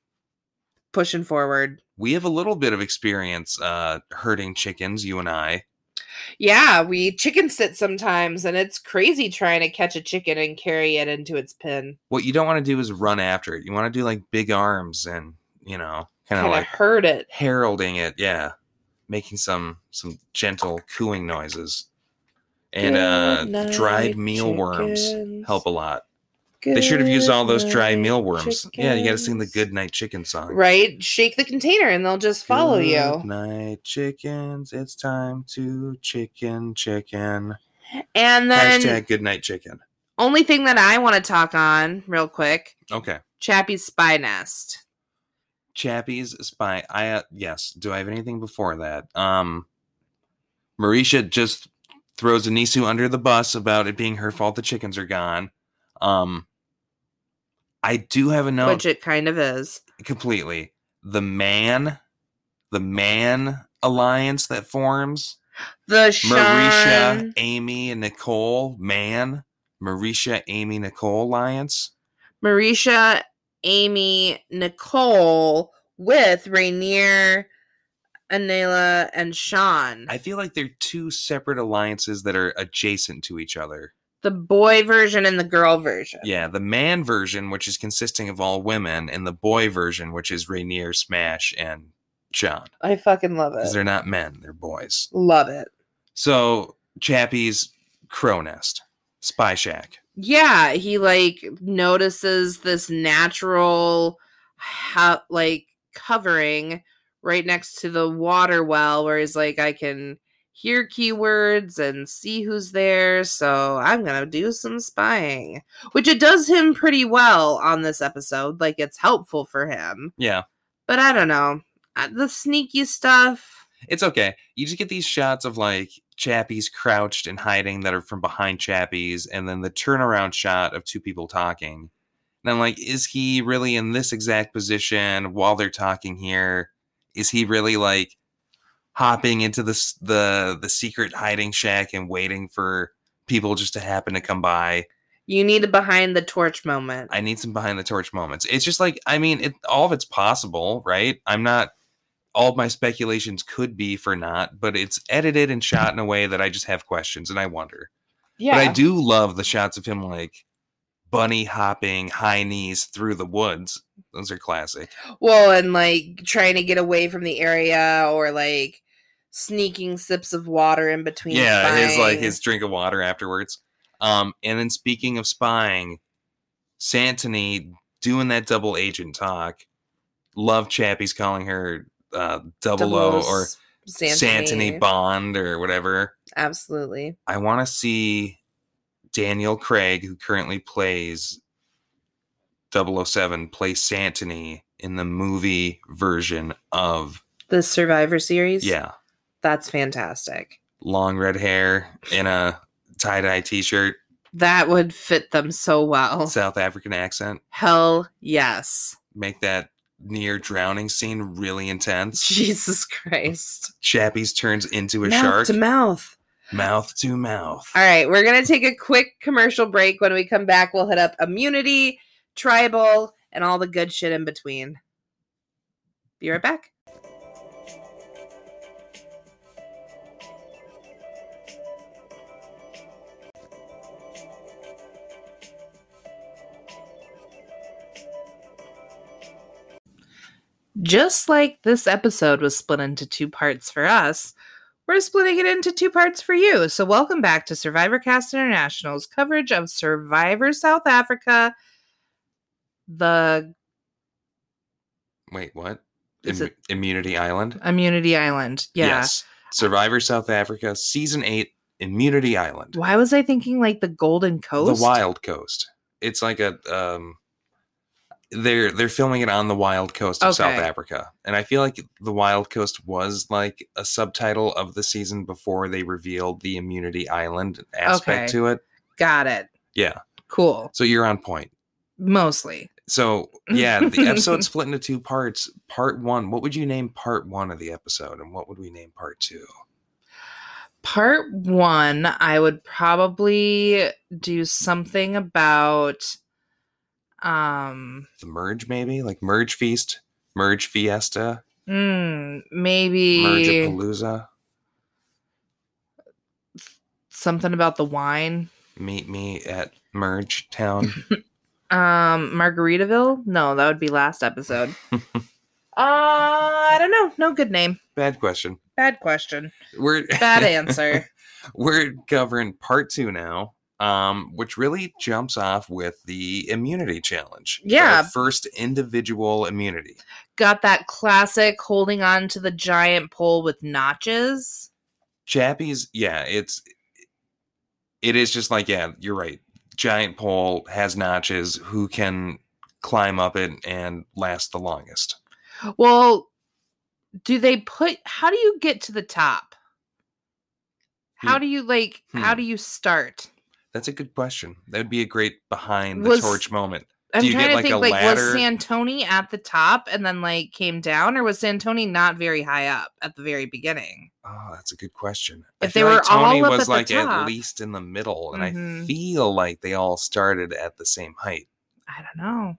B: pushing forward.
A: We have a little bit of experience uh, herding chickens, you and I.
B: Yeah, we chicken sit sometimes, and it's crazy trying to catch a chicken and carry it into its pen.
A: What you don't want to do is run after it. You want to do like big arms and you know, kind
B: Kind
A: of
B: of
A: like
B: hurt it.
A: heralding it. Yeah, making some some gentle cooing noises and uh, dried mealworms help a lot. They should have used all those dry mealworms. Yeah, you got to sing the Good Night Chicken song.
B: Right, shake the container, and they'll just follow
A: Good
B: you.
A: night, chickens. It's time to chicken, chicken.
B: And then
A: Hashtag Good Night Chicken.
B: only thing that I want to talk on real quick,
A: Okay.
B: Chappie's spy nest.
A: Chappie's spy. I uh, yes. Do I have anything before that? Um, Marisha just throws Anisu under the bus about it being her fault the chickens are gone. Um, I do have a note.
B: which it kind of is.
A: completely the man the man alliance that forms
B: The
A: marisha
B: Sean,
A: amy and nicole man marisha amy nicole alliance
B: Marisha, Amy, Nicole with Rainier, Anela, and Sean.
A: i feel like they're two separate alliances that are adjacent to each other
B: the boy version and the girl version.
A: yeah the man version which is consisting of all women and the boy version which is rainier smash and john
B: I fucking love
A: because
B: it.
A: they're not men they're boys
B: Love it.
A: so chappie's crow nest spy shack
B: Yeah, he like notices this natural ha- like covering right next to the water well where he's like I can hear keywords and see who's there, so I'm going to do some spying, which it does him pretty well on this episode, like it's helpful for him.
A: yeah
B: But I don't know. Uh, The sneaky stuff.
A: it's okay. You just get these shots of like Chappies crouched and hiding that are from behind Chappies, and then the turnaround shot of two people talking. And I'm like, is he really in this exact position while they're talking here? Is he really like hopping into this the the secret hiding shack and waiting for people just to happen to come by?
B: You need a behind the torch moment.
A: I need some behind the torch moments. It's just like I mean, it, all of it's possible, right? I'm not all of my speculations could be for not, but it's edited and shot in a way that I just have questions and I wonder.
B: yeah.
A: But I do love the shots of him like bunny hopping high knees through the woods. Those are classic.
B: Well, and like trying to get away from the area or like sneaking sips of water in between.
A: yeah, his like
B: spying.
A: his drink of water afterwards. Um, and then speaking of spying, Santony doing that double agent talk. Love Chappie's calling her uh double O
B: Doubles
A: or Santony.
B: Santony.
A: Bond or whatever.
B: Absolutely.
A: I want to see Daniel Craig, who currently plays 007, play Santony in the movie version of
B: The Survivor series.
A: yeah,
B: That's fantastic.
A: long red hair in a tie dye t shirt,
B: That would fit them so well.
A: South African accent.
B: Hell yes.
A: Make that near drowning scene really intense.
B: Jesus Christ.
A: Chappies turns into a
B: mouth
A: shark,
B: to mouth.
A: mouth to mouth.
B: All right, we're going to take a quick commercial break. When we come back, we'll hit up immunity, tribal, and all the good shit in between. Be right back. Just like this episode was split into two parts for us, we're splitting it into two parts for you. So, welcome back to Survivor Cast International's coverage of Survivor South Africa. The
A: Wait, what?
B: Is
A: Im-
B: it-
A: Immunity Island?
B: Immunity Island. Yeah.
A: Survivor South Africa, season eight, Immunity Island.
B: Why was I thinking like the Golden Coast?
A: The Wild Coast. It's like a um they're they're filming it on the wild coast of South
B: Okay.
A: Africa. And I feel like the wild coast was like a subtitle of the season before they revealed the immunity island aspect
B: Okay.
A: to it.
B: Got it.
A: Yeah.
B: Cool.
A: So you're on point.
B: Mostly.
A: So yeah, the episode's split into two parts. Part one, what would you name part one of the episode? And what would we name part two?
B: Part one, I would probably do something about um
A: The merge, maybe? Like merge feast, merge fiesta,
B: mm,
A: merge
B: maybe
A: palooza,
B: something about the wine.
A: meet me at merge town.
B: Um, Margaritaville? No, that would be last episode. uh, I don't know. No good name.
A: Bad question.
B: Bad question.
A: We're
B: Bad answer.
A: We're covering part two now, um, which really jumps off with the immunity challenge. Our
B: Yeah.
A: first individual immunity.
B: Got that classic holding on to the giant pole with notches.
A: Chappie's, yeah, it's it is just like, yeah, you're right. Giant pole has notches. Who can climb up it and last the longest?
B: Well, do they put how do you get to the top? How
A: Hmm.
B: do you like how
A: Hmm.
B: do you start?
A: That's a good question. That would be a great behind the
B: Was-
A: torch moment.
B: I'm
A: you
B: trying
A: get,
B: to
A: like,
B: think
A: a
B: like
A: ladder?
B: was Santoni at the top and then like came down or was Santoni not very high up at the very beginning?
A: Oh, that's a good question.
B: If they were
A: Tony
B: all up
A: was
B: at the
A: like
B: top-
A: at least in the middle, and I
B: Mhm.
A: feel like they all started at the same height.
B: I don't know.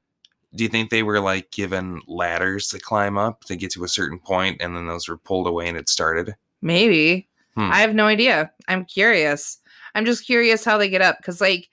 A: Do you think they were like given ladders to climb up to get to a certain point, and then those were pulled away and it started?
B: Maybe.
A: Hmm.
B: I have no idea. I'm curious. I'm just curious how they get up because, like,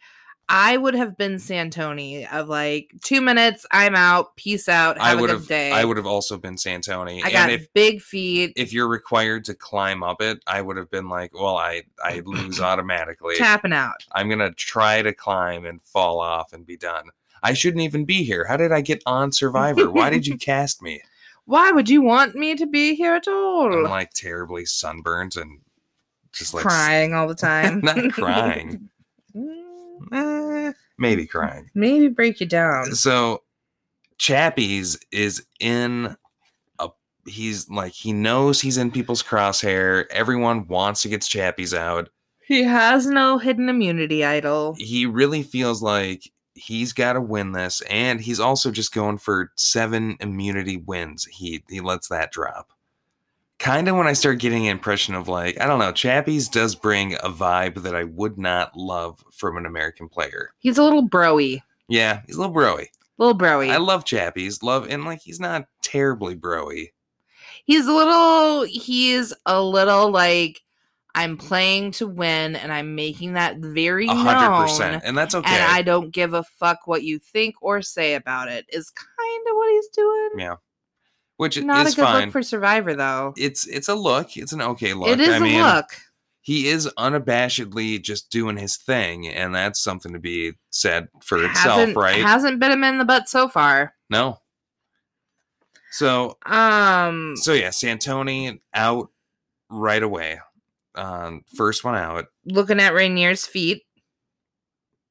B: I would have been Santoni of like two minutes. I'm out. Peace out.
A: I
B: Have a
A: would
B: good
A: have.
B: day.
A: I would have also been Santoni,
B: I got
A: and if
B: big feet.
A: if you're required to climb up it, I would have been like, well, I I lose automatically.
B: tapping out.
A: I'm gonna try to climb and fall off and be done. I shouldn't even be here. How did I get on Survivor? Why did you cast me?
B: Why would you want me to be here at all?
A: I'm like terribly sunburned and just like s-
B: crying all the time.
A: not crying,
B: Mm,
A: Eh, maybe crying.
B: Maybe break you down.
A: So Chappies is in a he's like he knows he's in people's crosshair. Everyone wants to get Chappies out.
B: He has no hidden immunity idol.
A: He really feels like he's got to win this and he's also just going for 7 immunity wins. He he lets that drop. kind of when I start getting the impression of like, I don't know, Chappies does bring a vibe that I would not love from an American player.
B: He's a little broy.
A: Yeah, he's a little broy.
B: Little broy.
A: I love Chappies. Love and like he's not terribly broy.
B: he's a little he's a little like I'm playing to win and I'm making that very
A: A
B: known.
A: hundred percent. And that's okay.
B: And I don't give a fuck what you think or say about it is kind of what he's doing.
A: yeah. Which
B: Not a
A: is
B: good
A: fine.
B: look for Survivor though.
A: it's it's a look. It's an okay look.
B: it is
A: I mean,
B: a look.
A: he is unabashedly just doing his thing, and that's something to be said for itself,
B: hasn't,
A: right?
B: Hasn't bit him in the butt so far.
A: no. So
B: Um
A: so yeah, Santoni out right away. Um, first one out.
B: looking at Rainier's feet.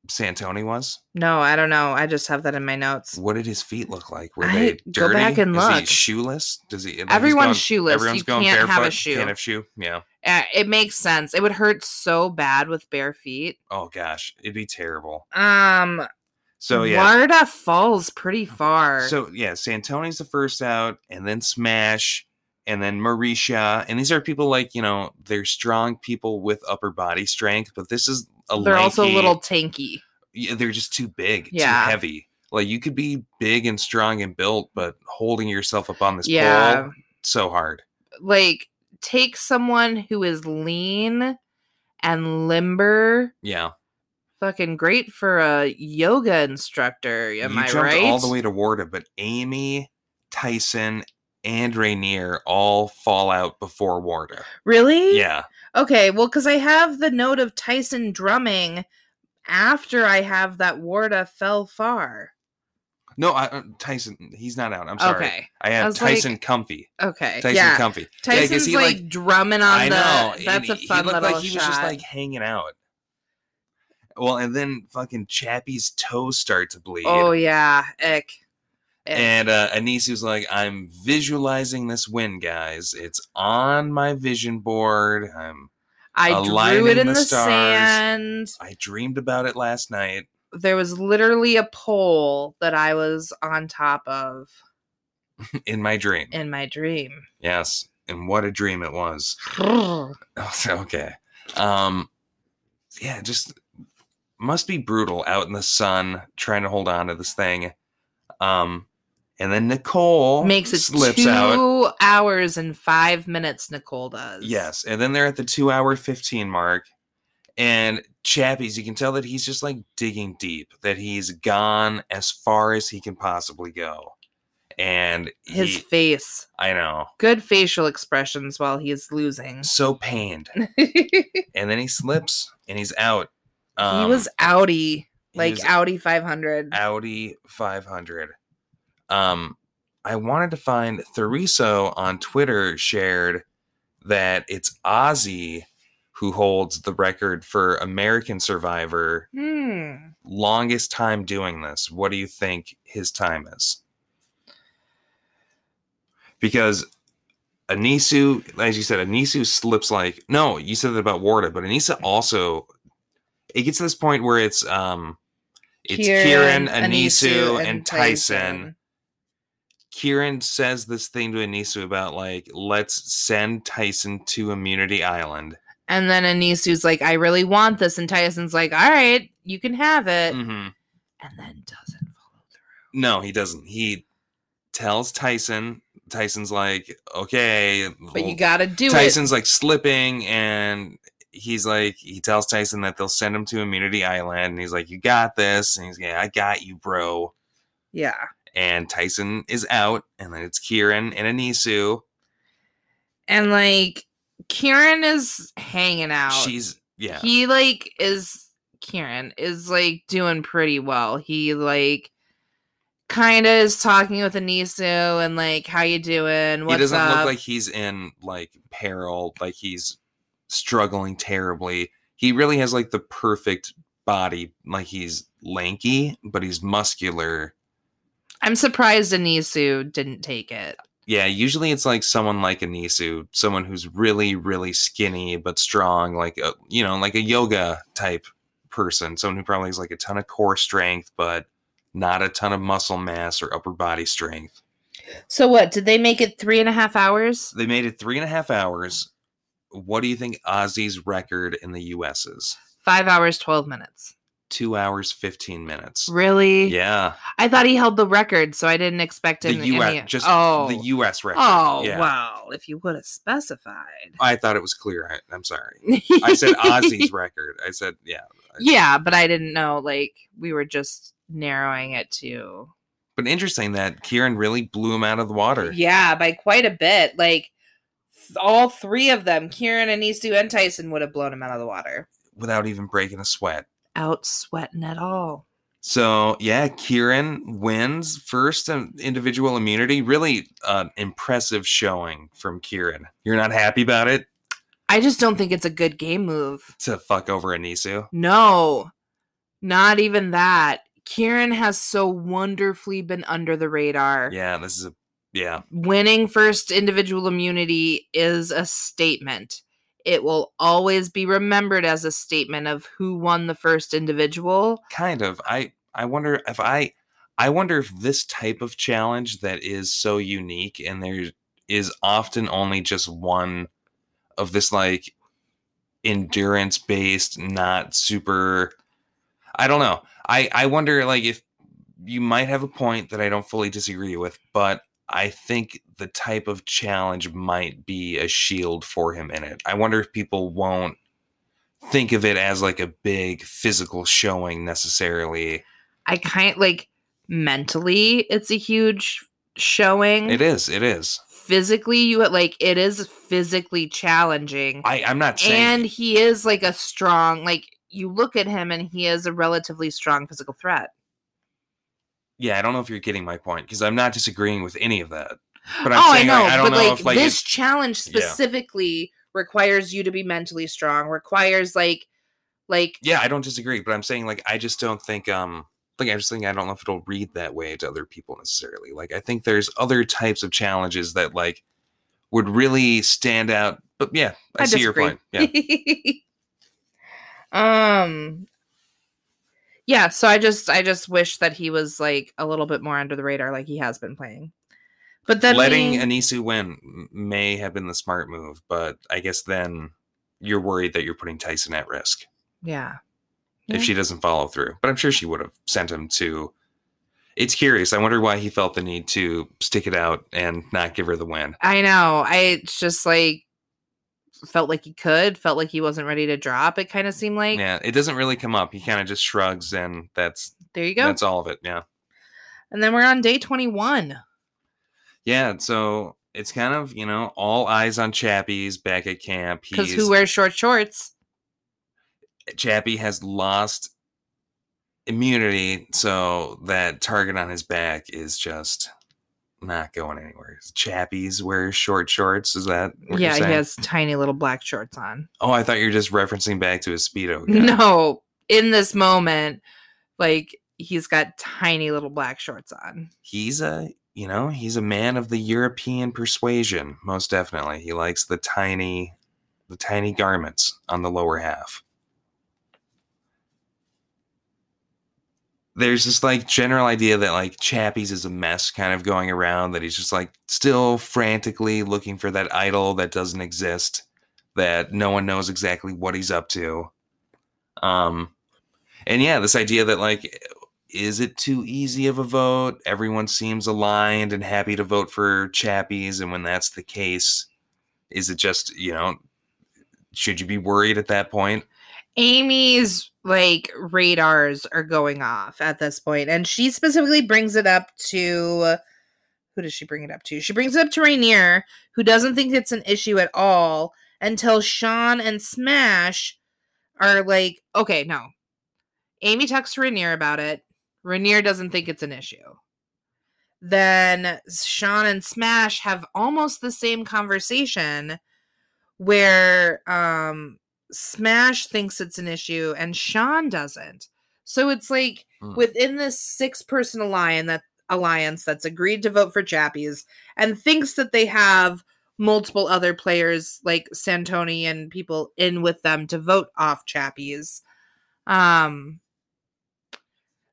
A: Santoni was.
B: No, I don't know. I just have that in my notes.
A: What did his feet look like? Were
B: I-
A: they
B: go
A: dirty?
B: back and
A: Is he
B: look.
A: shoeless? Does he? he's
B: Everyone's
A: going-
B: shoeless.
A: Everyone's
B: you
A: going
B: can't
A: barefoot.
B: have a shoe.
A: Can't have shoe. Yeah.
B: Uh, it makes sense. It would hurt so bad with bare feet.
A: Oh gosh, it'd be terrible.
B: Um,
A: So yeah.
B: Warda falls pretty far.
A: So yeah, Santoni's the first out, and then Smash, and then Marisha, and these are people like you know they're strong people with upper body strength, but this is a
B: they're also a
A: lanky-
B: little tanky.
A: yeah, they're just too big,
B: Yeah.
A: too heavy. Like you could be big and strong and built, but holding yourself up on this
B: Yeah,
A: pole so hard.
B: like take someone who is lean and limber.
A: Yeah,
B: Fucking great for a yoga instructor. Am
A: you
B: I
A: jumped
B: right?
A: all the way to Warda, but Amy, Tyson, and Rainier all fall out before Warda.
B: Really?
A: Yeah,
B: Okay. Well, because I have the note of Tyson drumming after I have that Warda fell far.
A: no, I, uh, Tyson, he's not out. I'm sorry.
B: Okay.
A: I have
B: was like-
A: Tyson Comfy.
B: Okay.
A: Tyson
B: yeah.
A: Comfy. Yeah, 'cause
B: Tyson's
A: he,
B: like, drumming on
A: I
B: the.
A: know.
B: That's a
A: and he
B: fun
A: looked
B: little
A: like he
B: shot.
A: was just like hanging out. Well, and then fucking Chappie's toes start to bleed.
B: oh yeah, ick. Ick.
A: And uh, Anisu's like, I'm visualizing this win, guys. It's on my vision board. I'm, a
B: I
A: line
B: drew it
A: in
B: in
A: the
B: the,
A: stars.
B: sand.
A: I dreamed about it last night.
B: There was literally a pole that I was on top of
A: in my dream.
B: in my dream.
A: yes, and what a dream it was.
B: Brr.
A: okay. Um yeah, just must be brutal out in the sun trying to hold on to this thing. Um and then Nicole
B: Makes it
A: slips
B: two
A: out.
B: hours and five minutes. Nicole does.
A: Yes, and then they're at the 2 hour 15 mark and Chappies, you can tell that he's just like digging deep, that he's gone as far as he can possibly go. And
B: His
A: he-
B: face,
A: I know,
B: good facial expressions while he is losing.
A: so pained.
B: he
A: and then he slips and he's out. Um,
B: was outie,
A: he
B: like
A: was
B: outie five hundred.
A: Audi 500. Um, I wanted to find Theriso on Twitter shared that it's Ozzy who holds the record for American Survivor
B: Hmm.
A: longest time doing this. What do you think his time is? Because Anisu, as you said, Anisu slips like no, you said that about Warda, but Anisa also it gets to this point where it's um it's Kieran, Anisu, and, Tyson. Kieran says this thing to Anisu about like, let's send Tyson to Immunity Island.
B: And then Anisu's like, I really want this. And Tyson's like, all right, you can have it.
A: Mm-hmm.
B: And then doesn't follow through.
A: No, he doesn't. He tells Tyson. Tyson's like, okay,
B: But
A: well,
B: you got to do it.
A: Tyson's like slipping, and he's like, he tells Tyson that they'll send him to Immunity Island, and he's like, you got this, and he's like, yeah, I got you, bro.
B: Yeah.
A: And Tyson is out, and then it's Kieran and Anisu.
B: And like, Kieran is hanging out.
A: She's yeah,
B: He like is, Kieran is like doing pretty well. He like kind of is talking with Anisu and like, how you doing? What's
A: he doesn't
B: up?
A: look like he's in like peril, like he's struggling terribly. He really has like the perfect body, like he's lanky, but he's muscular.
B: I'm surprised Anisu didn't take it.
A: Yeah, usually it's like someone like Anisu, someone who's really, really skinny but strong, like a you know, like a yoga type person, someone who probably has like a ton of core strength, but not a ton of muscle mass or upper body strength.
B: So what did they make it three and a half hours?
A: They made it three and a half hours. What do you think Ozzy's record in the U.S. is?
B: Five hours, twelve minutes.
A: Two hours, fifteen minutes.
B: Really?
A: Yeah,
B: I thought he held the record, so I didn't expect
A: the
B: him.
A: U.S. Just
B: oh.
A: the U.S. record.
B: Oh
A: yeah.
B: wow! If you would have specified,
A: I thought it was clear. I, I'm sorry. I said Ozzy's record. I said yeah,
B: yeah, but I didn't know. Like we were just narrowing it to
A: but interesting that Kieran really blew him out of the water.
B: yeah by quite a bit. Like th- all three of them, Kieran and Isu and Tyson would have blown him out of the water,
A: without even breaking a sweat.
B: out sweating at all.
A: So yeah, Kieran wins first in individual immunity. Really uh, impressive showing from Kieran. You're not happy about it
B: I just don't think it's a good game move.
A: to fuck over Anisu.
B: No, not even that. Kieran has so wonderfully been under the radar.
A: Yeah, this is a yeah.
B: winning first individual immunity is a statement. It will always be remembered as a statement of who won the first individual.
A: kind of i i wonder if i i wonder if this type of challenge that is so unique and there is often only just one of this like endurance based not super i don't know i i wonder like if you might have a point that i don't fully disagree with but i think the type of challenge might be a shield for him in it i wonder if people won't think of it as like a big physical showing necessarily.
B: I kind like mentally, it's a huge showing.
A: It is. It is.
B: Physically, you like it is physically challenging.
A: I, I'm not saying.
B: and he is like a strong, like you look at him and he is a relatively strong physical threat.
A: yeah, I don't know if you're getting my point because I'm not disagreeing with any of that. But I'm
B: oh,
A: saying
B: I know,
A: like, I don't
B: but
A: know
B: like
A: if like
B: this
A: it's,
B: challenge
A: Yeah.
B: specifically requires you to be mentally strong. Requires like, like
A: yeah, I don't disagree. But I'm saying like I just don't think um like I just think I don't know if it'll read that way to other people necessarily. Like I think there's other types of challenges that like would really stand out. But yeah, I, see your point. Yeah.
B: disagree. um. Yeah, so I just I just wish that he was like a little bit more under the radar, like he has been playing. But then
A: letting
B: we-
A: Anisu win m- may have been the smart move, but I guess then you're worried that you're putting Tyson at risk
B: yeah,
A: if
B: Yeah.
A: she doesn't follow through. But I'm sure she would have sent him to. It's curious. I wonder why he felt the need to stick it out and not give her the win.
B: I know. I it's just like felt like he could, felt like he wasn't ready to drop. It kind of seemed like
A: Yeah, it doesn't really come up. He kind of just shrugs, and that's
B: there you go.
A: that's all of it. Yeah,
B: and then we're on day twenty one.
A: yeah. So it's kind of you know all eyes on Chappie's back at camp.
B: Because
A: He's
B: who wears short shorts?
A: Chappie has lost immunity, so that target on his back is just not going anywhere. Chappie's wears short shorts. Is that what
B: yeah,
A: you're saying?
B: he has tiny little black shorts on.
A: Oh, I thought you were just referencing back to his speedo. guy.
B: No, in this moment, like he's got tiny little black shorts on.
A: he's a you know he's a man of the European persuasion. Most definitely, he likes the tiny, the tiny garments on the lower half. There's this like general idea that like Chappie's is a mess kind of going around that he's just like still frantically looking for that idol that doesn't exist that no one knows exactly what he's up to. Um and yeah, this idea that like is it too easy of a vote? Everyone seems aligned and happy to vote for Chappies. And when that's the case, is it just, you know, should you be worried at that point?
B: Amy's like radars are going off at this point, and she specifically brings it up to who does she bring it up to? She brings it up to Rainier, who doesn't think it's an issue at all until Sean and Smash are like, okay, no. Amy talks to Rainier about it. Rainier doesn't think it's an issue. Then Sean and Smash have almost the same conversation where um Smash thinks it's an issue and Sean doesn't. So it's like
A: Hmm.
B: within this six person alliance that alliance that's agreed to vote for Chappies and thinks that they have multiple other players like Santoni and people in with them to vote off Chappies. Um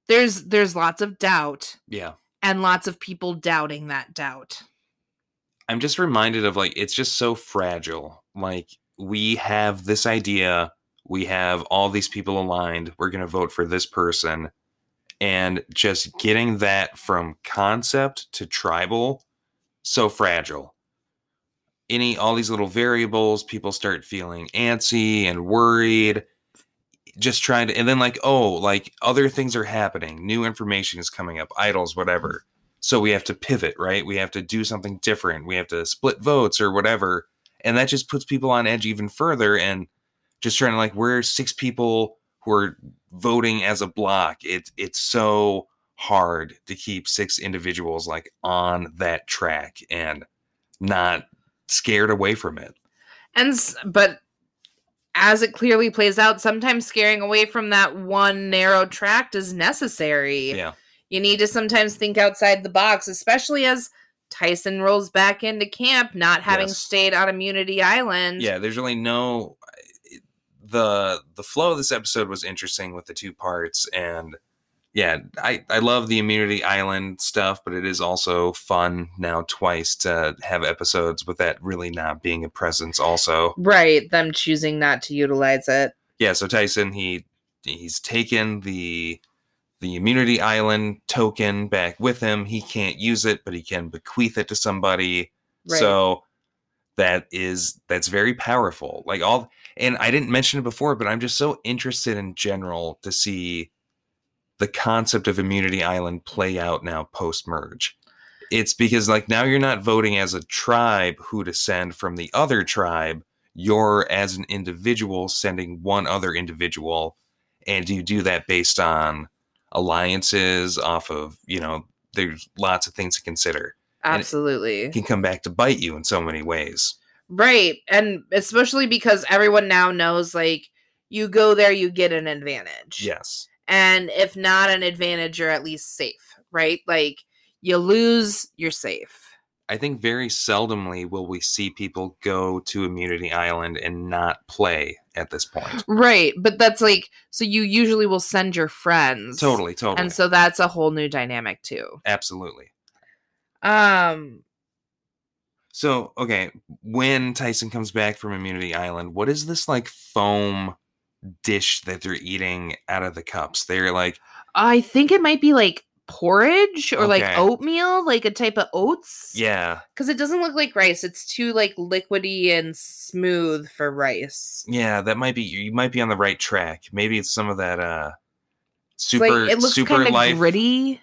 B: there's there's lots of doubt
A: Yeah.
B: and lots of people doubting that doubt.
A: I'm just reminded of like it's just so fragile. Like we have this idea, we have all these people aligned, we're going to vote for this person and just getting that from concept to tribal so fragile. Any all these little variables, people start feeling antsy and worried just trying to and then like oh like other things are happening new information is coming up idols whatever so we have to pivot right we have to do something different we have to split votes or whatever and that just puts people on edge even further and just trying to like we're six people who are voting as a block it, it's so hard to keep six individuals like on that track and not scared away from it
B: And s- but as it clearly plays out, sometimes scaring away from that one narrow tract is necessary.
A: Yeah.
B: You need to sometimes think outside the box, especially as Tyson rolls back into camp, not having
A: Yes.
B: stayed on Immunity Island.
A: yeah there's really no eh, the the flow of this episode was interesting with the two parts and yeah i i love the immunity island stuff but it is also fun now twice to have episodes with that really not being a presence also
B: Right, them choosing not to utilize it.
A: yeah so tyson he he's taken the the immunity island token back with him he can't use it but he can bequeath it to somebody
B: Right.
A: so that is that's very powerful. Like all and I didn't mention it before, but I'm just so interested in general to see the concept of immunity island play out now post merge. It's because like now you're not voting as a tribe who to send from the other tribe. You're as an individual sending one other individual, and you do that based on alliances off of you know there's lots of things to consider and-
B: absolutely.
A: can come back to bite you in so many ways.
B: Right. And especially because everyone now knows like you go there, you get an advantage.
A: Yes.
B: And if not an advantage, you're at least safe, right? Like you lose, you're safe.
A: I think very seldomly will we see people go to Immunity Island and not play at this point.
B: Right. But that's like so you usually will send your friends.
A: Totally, totally.
B: And so that's a whole new dynamic too.
A: Absolutely.
B: Um
A: So, okay, when Tyson comes back from Immunity Island, what is this like foam dish that they're eating out of the cups? They're like,
B: I think it might be like porridge or
A: Okay.
B: like oatmeal, like a type of oats.
A: yeah,
B: Cuz it doesn't look like rice. It's too like liquidy and smooth for rice.
A: yeah, that might be you might be on the right track. Maybe it's some of that uh
B: It's
A: super
B: it looks
A: super
B: kinda
A: life
B: gritty.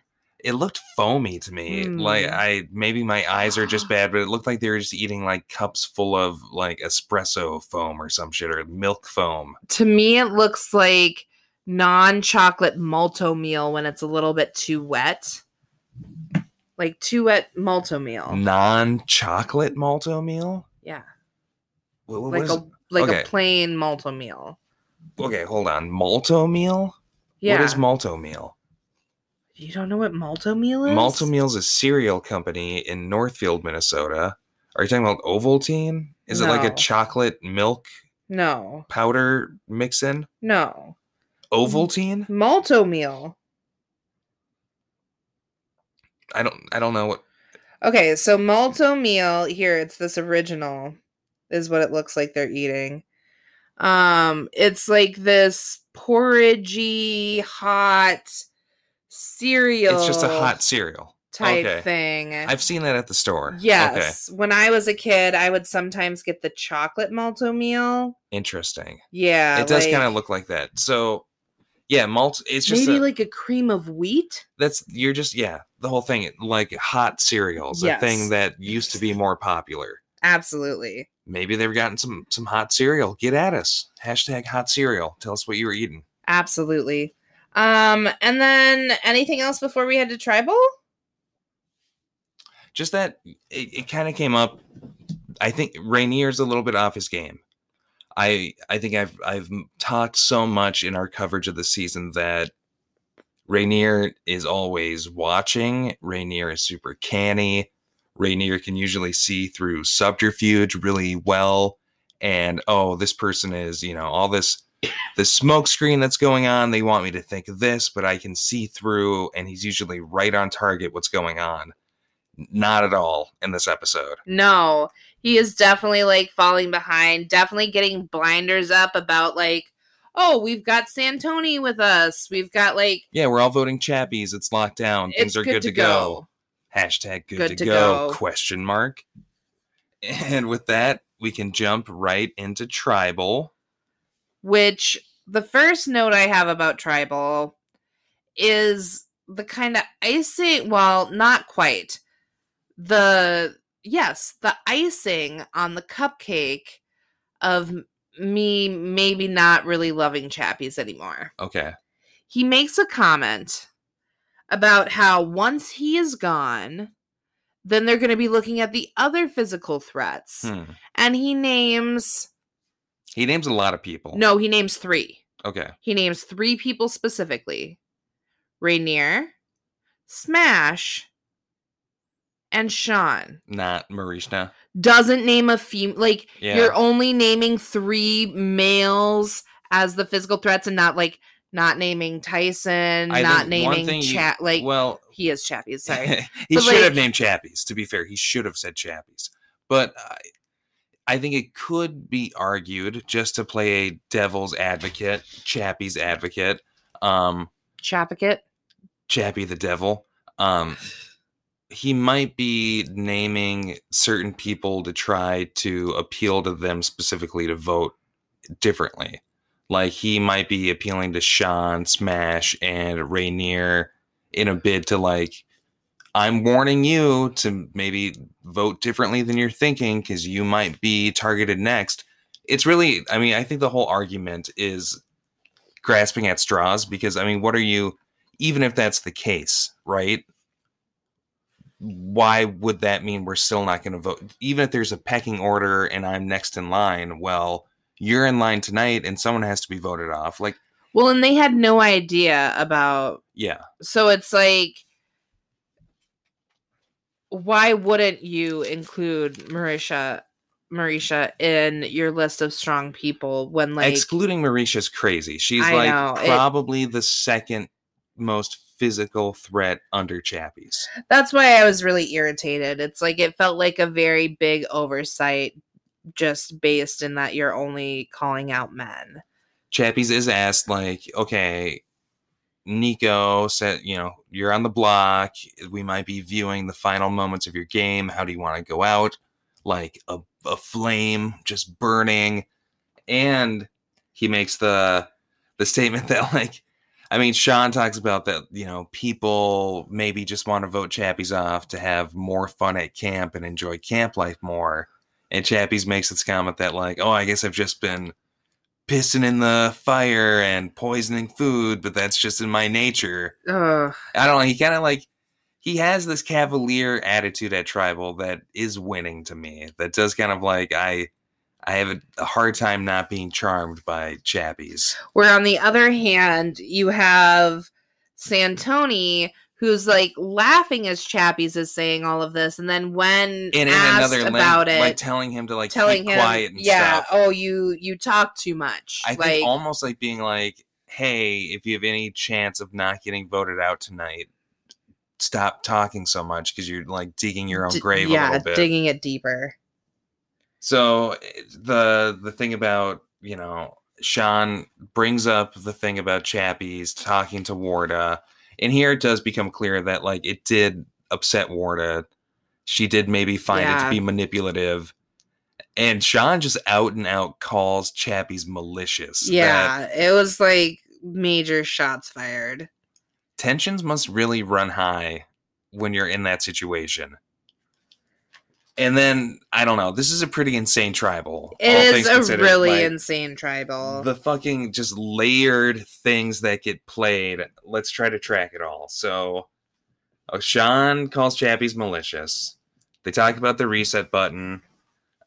A: it looked foamy to me. Like
B: Mm.
A: I maybe my eyes are just bad, but it looked like they were just eating like cups full of like espresso foam or some shit or milk foam.
B: To me, it looks like non-chocolate malto meal when it's a little bit too wet, like too wet malto meal.
A: Mm. Non-chocolate malto meal?
B: Oh. Yeah,
A: Wh- wh- what
B: like
A: is
B: a
A: it?
B: like
A: okay.
B: a plain malto meal.
A: okay, hold on. Malto meal?
B: Yeah,
A: What is malto meal?
B: you don't know what malto meal is?
A: Malto meal's a cereal company in Northfield, Minnesota. Are you talking about Ovaltine? Is it like
B: No.
A: a chocolate milk
B: No,
A: powder mix-in?
B: no, Mm-hmm.
A: Ovaltine?
B: malto meal.
A: I don't I don't know what
B: Okay, so malto meal here. It's this original, is what it looks like they're eating. Um, it's like this porridgey hot cereal.
A: it's just a hot cereal.
B: type
A: okay.
B: thing.
A: I've seen that at the store. Okay.
B: yes, when I was a kid, I would sometimes get the chocolate malto meal.
A: Interesting.
B: Yeah,
A: it does
B: like-
A: kind of look like that. So, yeah, malt. It's just
B: maybe
A: a-
B: like a cream of wheat.
A: that's you're just yeah the whole thing like hot cereals, a
B: Yes.
A: thing that used to be more popular.
B: Absolutely.
A: Maybe they've gotten some some hot cereal. Get at us. Hashtag hot cereal. Tell us what you were eating.
B: Absolutely. Um, and then anything else before we head to tribal?
A: Just that it, it kind of came up. I think Rainier's a little bit off his game. I I think I've I've m- talked so much in our coverage of the season that Rainier is always watching. Rainier is super canny. Rainier can usually see through subterfuge really well. And oh, this person is, you know, all this the smoke screen that's going on. They want me to think this, but I can see through, and he's usually right on target what's going on. Not at all in this episode.
B: No, he is definitely like falling behind, definitely getting blinders up about like, oh, we've got Santoni with us. We've got like,
A: Yeah, we're all voting chappies. It's locked down. Things
B: it's
A: are good, to go. Hashtag good, to, go, question mark. And with that, we can jump right into tribal.
B: Which the first note I have about tribal is the kind of icing, well, not quite. The, yes, the icing on the cupcake of m- me maybe not really loving Chappies anymore.
A: Okay.
B: he makes a comment about how once he is gone, then they're going to be looking at the other physical threats.
A: Hmm.
B: And he names,
A: He names a lot of people.
B: no, he names three.
A: Okay.
B: He names three people specifically Rainier, Smash, and Sean.
A: Not Marishna.
B: Doesn't name a female, like,
A: Yeah.
B: you're only naming three males as the physical threats and not like, not naming Tyson,
A: I
B: not
A: think one
B: naming
A: thing you-
B: Chat, like,
A: well,
B: He is Chappie. Sorry.
A: he
B: But,
A: should have
B: like-
A: named Chappies. To be fair, he should have said Chappies. But I, I think it could be argued, just to play a devil's advocate, Chappies advocate, um,
B: Chappicat.
A: Chappie the devil. Um, he might be naming certain people to try to appeal to them specifically to vote differently. Like he might be appealing to Sean, Smash, and Rainier in a bid to like, I'm warning you to maybe vote differently than you're thinking because you might be targeted next. It's really, I mean, I think the whole argument is grasping at straws because, I mean, what are you, even if that's the case, right? Why would that mean we're still not going to vote? Even if there's a pecking order and I'm next in line, well, you're in line tonight and someone has to be voted off. Like,
B: Well, and they had no idea about.
A: yeah,
B: So it's like, why wouldn't you include Marisha, Marisha in your list of strong people when like
A: excluding Marisha's crazy. She's
B: I
A: like
B: know, it-
A: probably the second most physical threat under Chappies.
B: that's why I was really irritated. It's like it felt like a very big oversight, just based in that you're only calling out men.
A: Chappies is asked like, okay, Nico said, you know, you're on the block. We might be viewing the final moments of your game. How do you want to go out? Like a, a flame just burning. And he makes the the statement that like I mean Sean talks about that, you know, people maybe just want to vote Chappies off to have more fun at camp and enjoy camp life more. And Chappies makes this comment that like, oh, I guess I've just been pissing in the fire and poisoning food, but that's just in my nature.
B: Ugh.
A: I don't know. He kind of like he has this cavalier attitude at tribal that is winning to me. That does kind of like I I have a, a hard time not being charmed by chappies.
B: Where on the other hand, you have Santoni who's like laughing as Chappies is saying all of this, and then when
A: And in
B: asked
A: another link,
B: about it,
A: like telling him to like
B: telling
A: keep
B: him,
A: quiet and
B: "Yeah,
A: stuff.
B: oh, you you talk too much."
A: I
B: like,
A: think almost like being like, hey, if you have any chance of not getting voted out tonight, stop talking so much because you're like digging your own
B: d-
A: grave a
B: yeah,
A: little bit.
B: digging it deeper.
A: So it- the the thing about you know Sean brings up the thing about Chappies talking to Warda, and here it does become clear that like it did upset Warda. She did maybe find it to
B: Yeah.
A: be manipulative, and Sean just out and out calls Chappies malicious. that
B: yeah, it was like major shots fired.
A: tensions must really run high when you're in that situation. And then I don't know. This is a pretty insane tribal. all
B: It
A: things
B: is a
A: considered,
B: really
A: like-
B: insane tribal.
A: the fucking just layered things that get played. Let's try to track it all. So, oh, Sean calls Chappie's malicious. They talk about the reset button.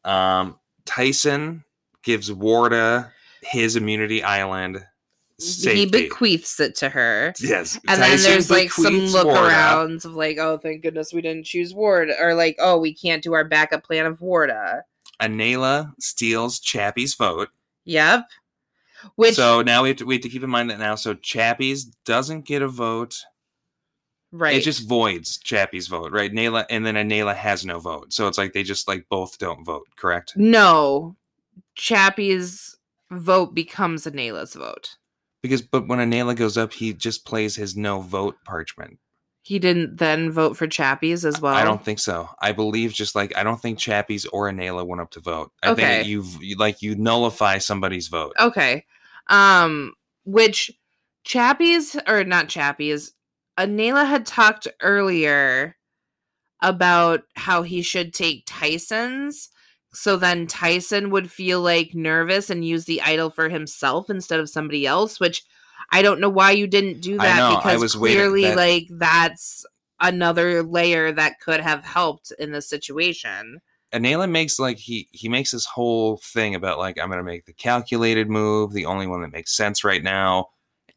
A: Um, Tyson gives Warda his immunity island safety.
B: he bequeaths it to her.
A: yes,
B: And
A: Tyson
B: then there's like some
A: bequeaths
B: look
A: Warda.
B: arounds of like, oh, thank goodness we didn't choose Ward, or like, oh, we can't do our backup plan of Warda.
A: Anela steals Chappie's vote.
B: Yep. Which
A: so now we have, to, we have to keep in mind that now, so Chappies doesn't get a vote.
B: right.
A: It just voids Chappie's vote, right? Nayla, and then Nayla has no vote. So it's like they just like both don't vote, correct?
B: No. Chappie's vote becomes Anela's vote.
A: Because but when Anela goes up, he just plays his no vote parchment.
B: He didn't then vote for Chappie's as well.
A: I don't think so. I believe just like I don't think Chappies or Anela went up to vote. I
B: Okay.
A: think that you've you- like you nullify somebody's vote.
B: Okay. Um which Chappie's or not Chappie's Anela had talked earlier about how he should take Tyson's so then Tyson would feel like nervous and use the idol for himself instead of somebody else, which I don't know why you didn't do
A: I
B: that
A: know, I
B: because
A: was waiting,
B: clearly
A: that-
B: like that's another layer that could have helped in this situation.
A: Anela makes like he he makes this whole thing about like I'm gonna make the calculated move, the only one that makes sense right now.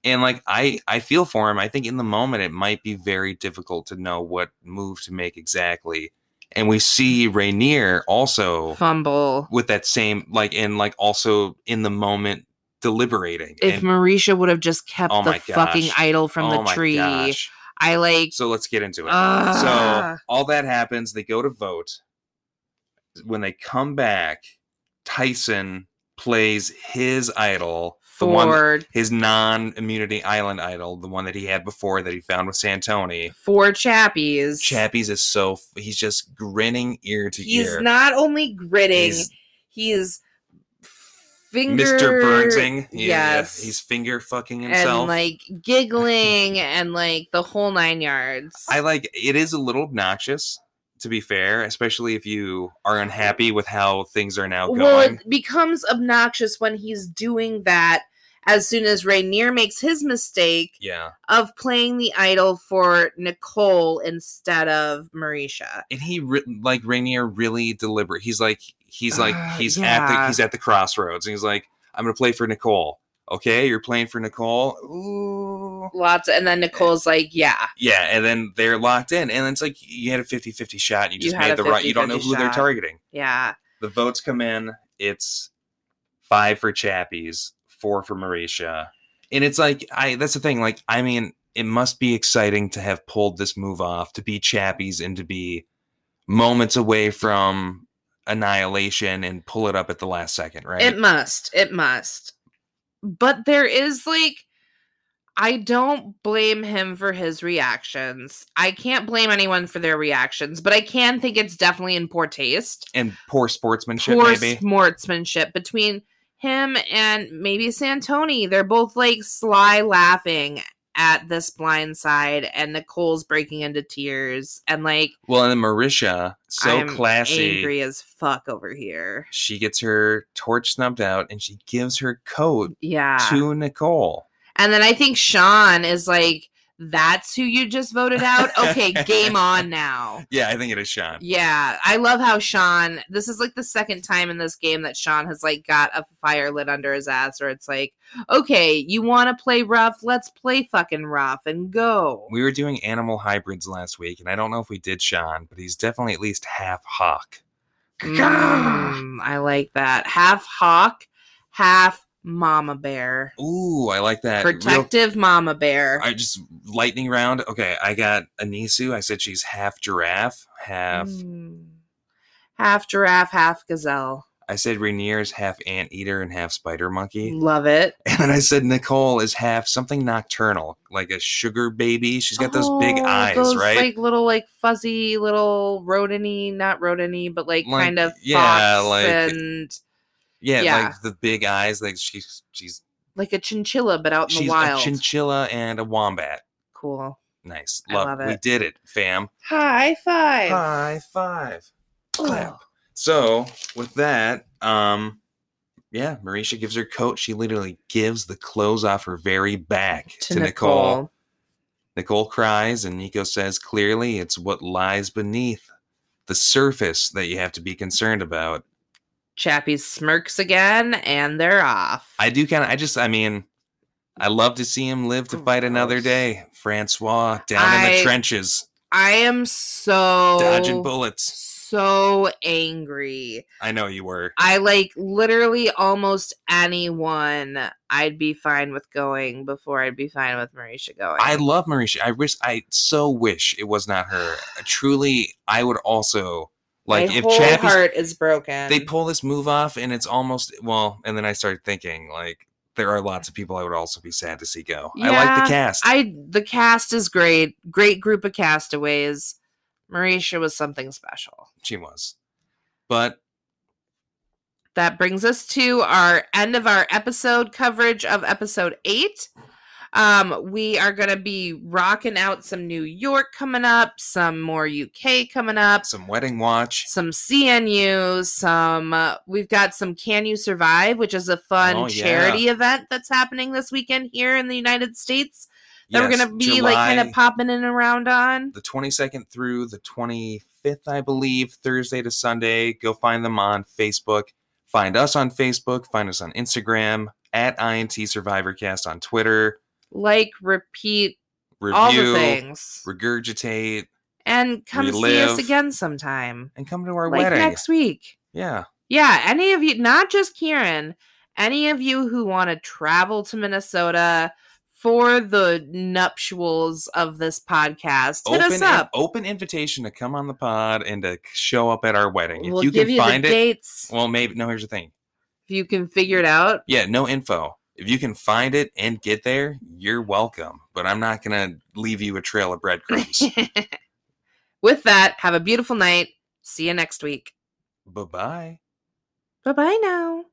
A: And like I I feel for him. I think in the moment it might be very difficult to know what move to make exactly. And we see Rainier also
B: Fumble.
A: with that same like and like also in the moment deliberating.
B: if
A: and,
B: Marisha would have just kept
A: Oh
B: the
A: my
B: fucking
A: gosh.
B: idol from
A: oh
B: the
A: my
B: tree.
A: gosh.
B: I like. ah,
A: So let's get into it.
B: Ugh.
A: So all that happens, they go to vote. When they come back, Tyson plays his idol, the one that-
B: for
A: his non-immunity island idol, the one that he had before that he found with Santoni.
B: for Chappies.
A: Chappies is so f- he's just grinning ear to
B: he's
A: ear.
B: not only gritting,
A: He's-
B: he's finger
A: Mr. Burnsing. Yeah, yeah,
B: Yes.
A: He's finger fucking
B: and
A: himself.
B: like giggling and like the whole nine yards.
A: I like it is a little obnoxious, to be fair, especially if you are unhappy with how things are now going.
B: well, it becomes obnoxious when he's doing that. As soon as Rainier makes his mistake
A: yeah.
B: of playing the idol for Nicole instead of Marisha,
A: and he re- like Rainier really deliberate. He's like he's like
B: Uh,
A: he's at the
B: yeah.
A: he's at the crossroads, and he's like, I'm gonna play for Nicole. Okay, you're playing for Nicole. Ooh.
B: lots, and then Nicole's like, "Yeah,
A: Yeah, and then they're locked in, and it's like you had a 50-50 shot. And you
B: You
A: just
B: had
A: made
B: a
A: the right. You don't know
B: 50-50
A: who they're
B: shot.
A: targeting.
B: yeah."
A: The votes come in. It's five for Chappies, four for Marisha, and it's like I. That's the thing. Like I mean, it must be exciting to have pulled this move off, to be Chappies, and to be moments away from annihilation and pull it up at the last second, right?
B: It must. It must. But there is like I don't blame him for his reactions. I can't blame anyone for their reactions, but I can think it's definitely in poor taste.
A: and poor sportsmanship,
B: poor
A: maybe.
B: sportsmanship between him and maybe Santoni. They're both like sly laughing at this blind side and Nicole's breaking into tears and like
A: Well, and then Marisha, so
B: I'm
A: classy.
B: angry as fuck over here.
A: She gets her torch snubbed out, and she gives her coat
B: Yeah.
A: to Nicole.
B: And then I think Sean is like, that's who you just voted out? Okay, game on now.
A: Yeah, I think it is Sean.
B: Yeah, I love how Sean, this is like the second time in this game that Sean has like got a fire lit under his ass, or it's like, okay, you want to play rough? Let's play fucking rough and go.
A: We were doing animal hybrids last week, and I don't know if we did Sean, but he's definitely at least half hawk.
B: Mm, I like that. Half hawk, half mama bear.
A: Ooh, I like that. Real-
B: Protective mama bear.
A: I just lightning round. Okay, I got Anisu. I said she's half giraffe, half.
B: Mm. half giraffe, half gazelle.
A: I said Rainier's half anteater and half spider monkey.
B: Love it.
A: And then I said Nicole is half something nocturnal, like a sugar baby. She's got those big
B: Oh,
A: eyes,
B: those,
A: right?
B: Like little, like fuzzy little rodent-y, not rodent-y, but like,
A: Like,
B: kind of
A: yeah,
B: yeah,
A: like-
B: and
A: yeah,
B: yeah.
A: like the big eyes. Like she's she's
B: like a chinchilla, but out in
A: she's
B: the
A: a
B: wild.
A: chinchilla and a wombat.
B: cool.
A: Nice,
B: I love
A: We
B: it.
A: did it, fam.
B: High five.
A: High five.
B: Ugh.
A: clap. So with that, um, yeah, Marisha gives her coat. She literally gives the clothes off her very back to,
B: To,
A: Nicole.
B: Nicole.
A: Nicole. cries, and Nico says clearly it's what lies beneath the surface that you have to be concerned about.
B: Chappie smirks again, and they're off.
A: I do kind of. I just. I mean. I love to see him live to fight another
B: Gross.
A: day. Francois down in the
B: I- Oh.
A: trenches,
B: I am so
A: dodging bullets.
B: so so angry.
A: I know you were.
B: I like literally almost anyone I'd be fine with going before I'd be fine with Marisha going.
A: I love Marisha. I wish I so wish it was not her. Truly, I would also like
B: My
A: if
B: whole
A: Chappie's
B: heart is broken.
A: they pull this move off and it's almost well, and then I started thinking like there are lots of people I would also be sad to see go. I like
B: Yeah,
A: the cast.
B: I the cast is great. Great group of castaways. Marisha was something special.
A: she was. But
B: That brings us to our end of our episode coverage of episode 8. Um we are going to be rocking out some New York coming up, some more UK coming up.
A: some wedding watch.
B: some CNU, some uh, we've got some Can You Survive, which is a fun
A: Oh, yeah.
B: charity event that's happening this weekend here in the United States that we're
A: Yes,
B: gonna be like kind
A: July-
B: of popping in and around on.
A: the 22nd through the 25th, I believe, Thursday to Sunday. Go find them on Facebook. Find us on Facebook. Find us on Instagram at INT SurvivorCast on Twitter.
B: Like repeat
A: Review,
B: all the things.
A: regurgitate,
B: And come see us
A: relive.
B: again sometime.
A: and come to our
B: Like
A: wedding.
B: next week.
A: Yeah,
B: Yeah, any of you, not just Kieran, any of you who want to travel to Minnesota for the nuptials of this podcast, hit
A: open
B: us
A: in-
B: up.
A: open invitation to come on the pod and to show up at our wedding.
B: we'll
A: if you
B: give
A: can
B: you
A: find
B: the
A: it,
B: dates
A: well, maybe no. Here's the thing.
B: if you can figure it out.
A: Yeah, no info. If you can find it and get there, you're welcome. But I'm not gonna leave you a trail of breadcrumbs.
B: With that, have a beautiful night. See you next week.
A: bye bye.
B: Bye bye now.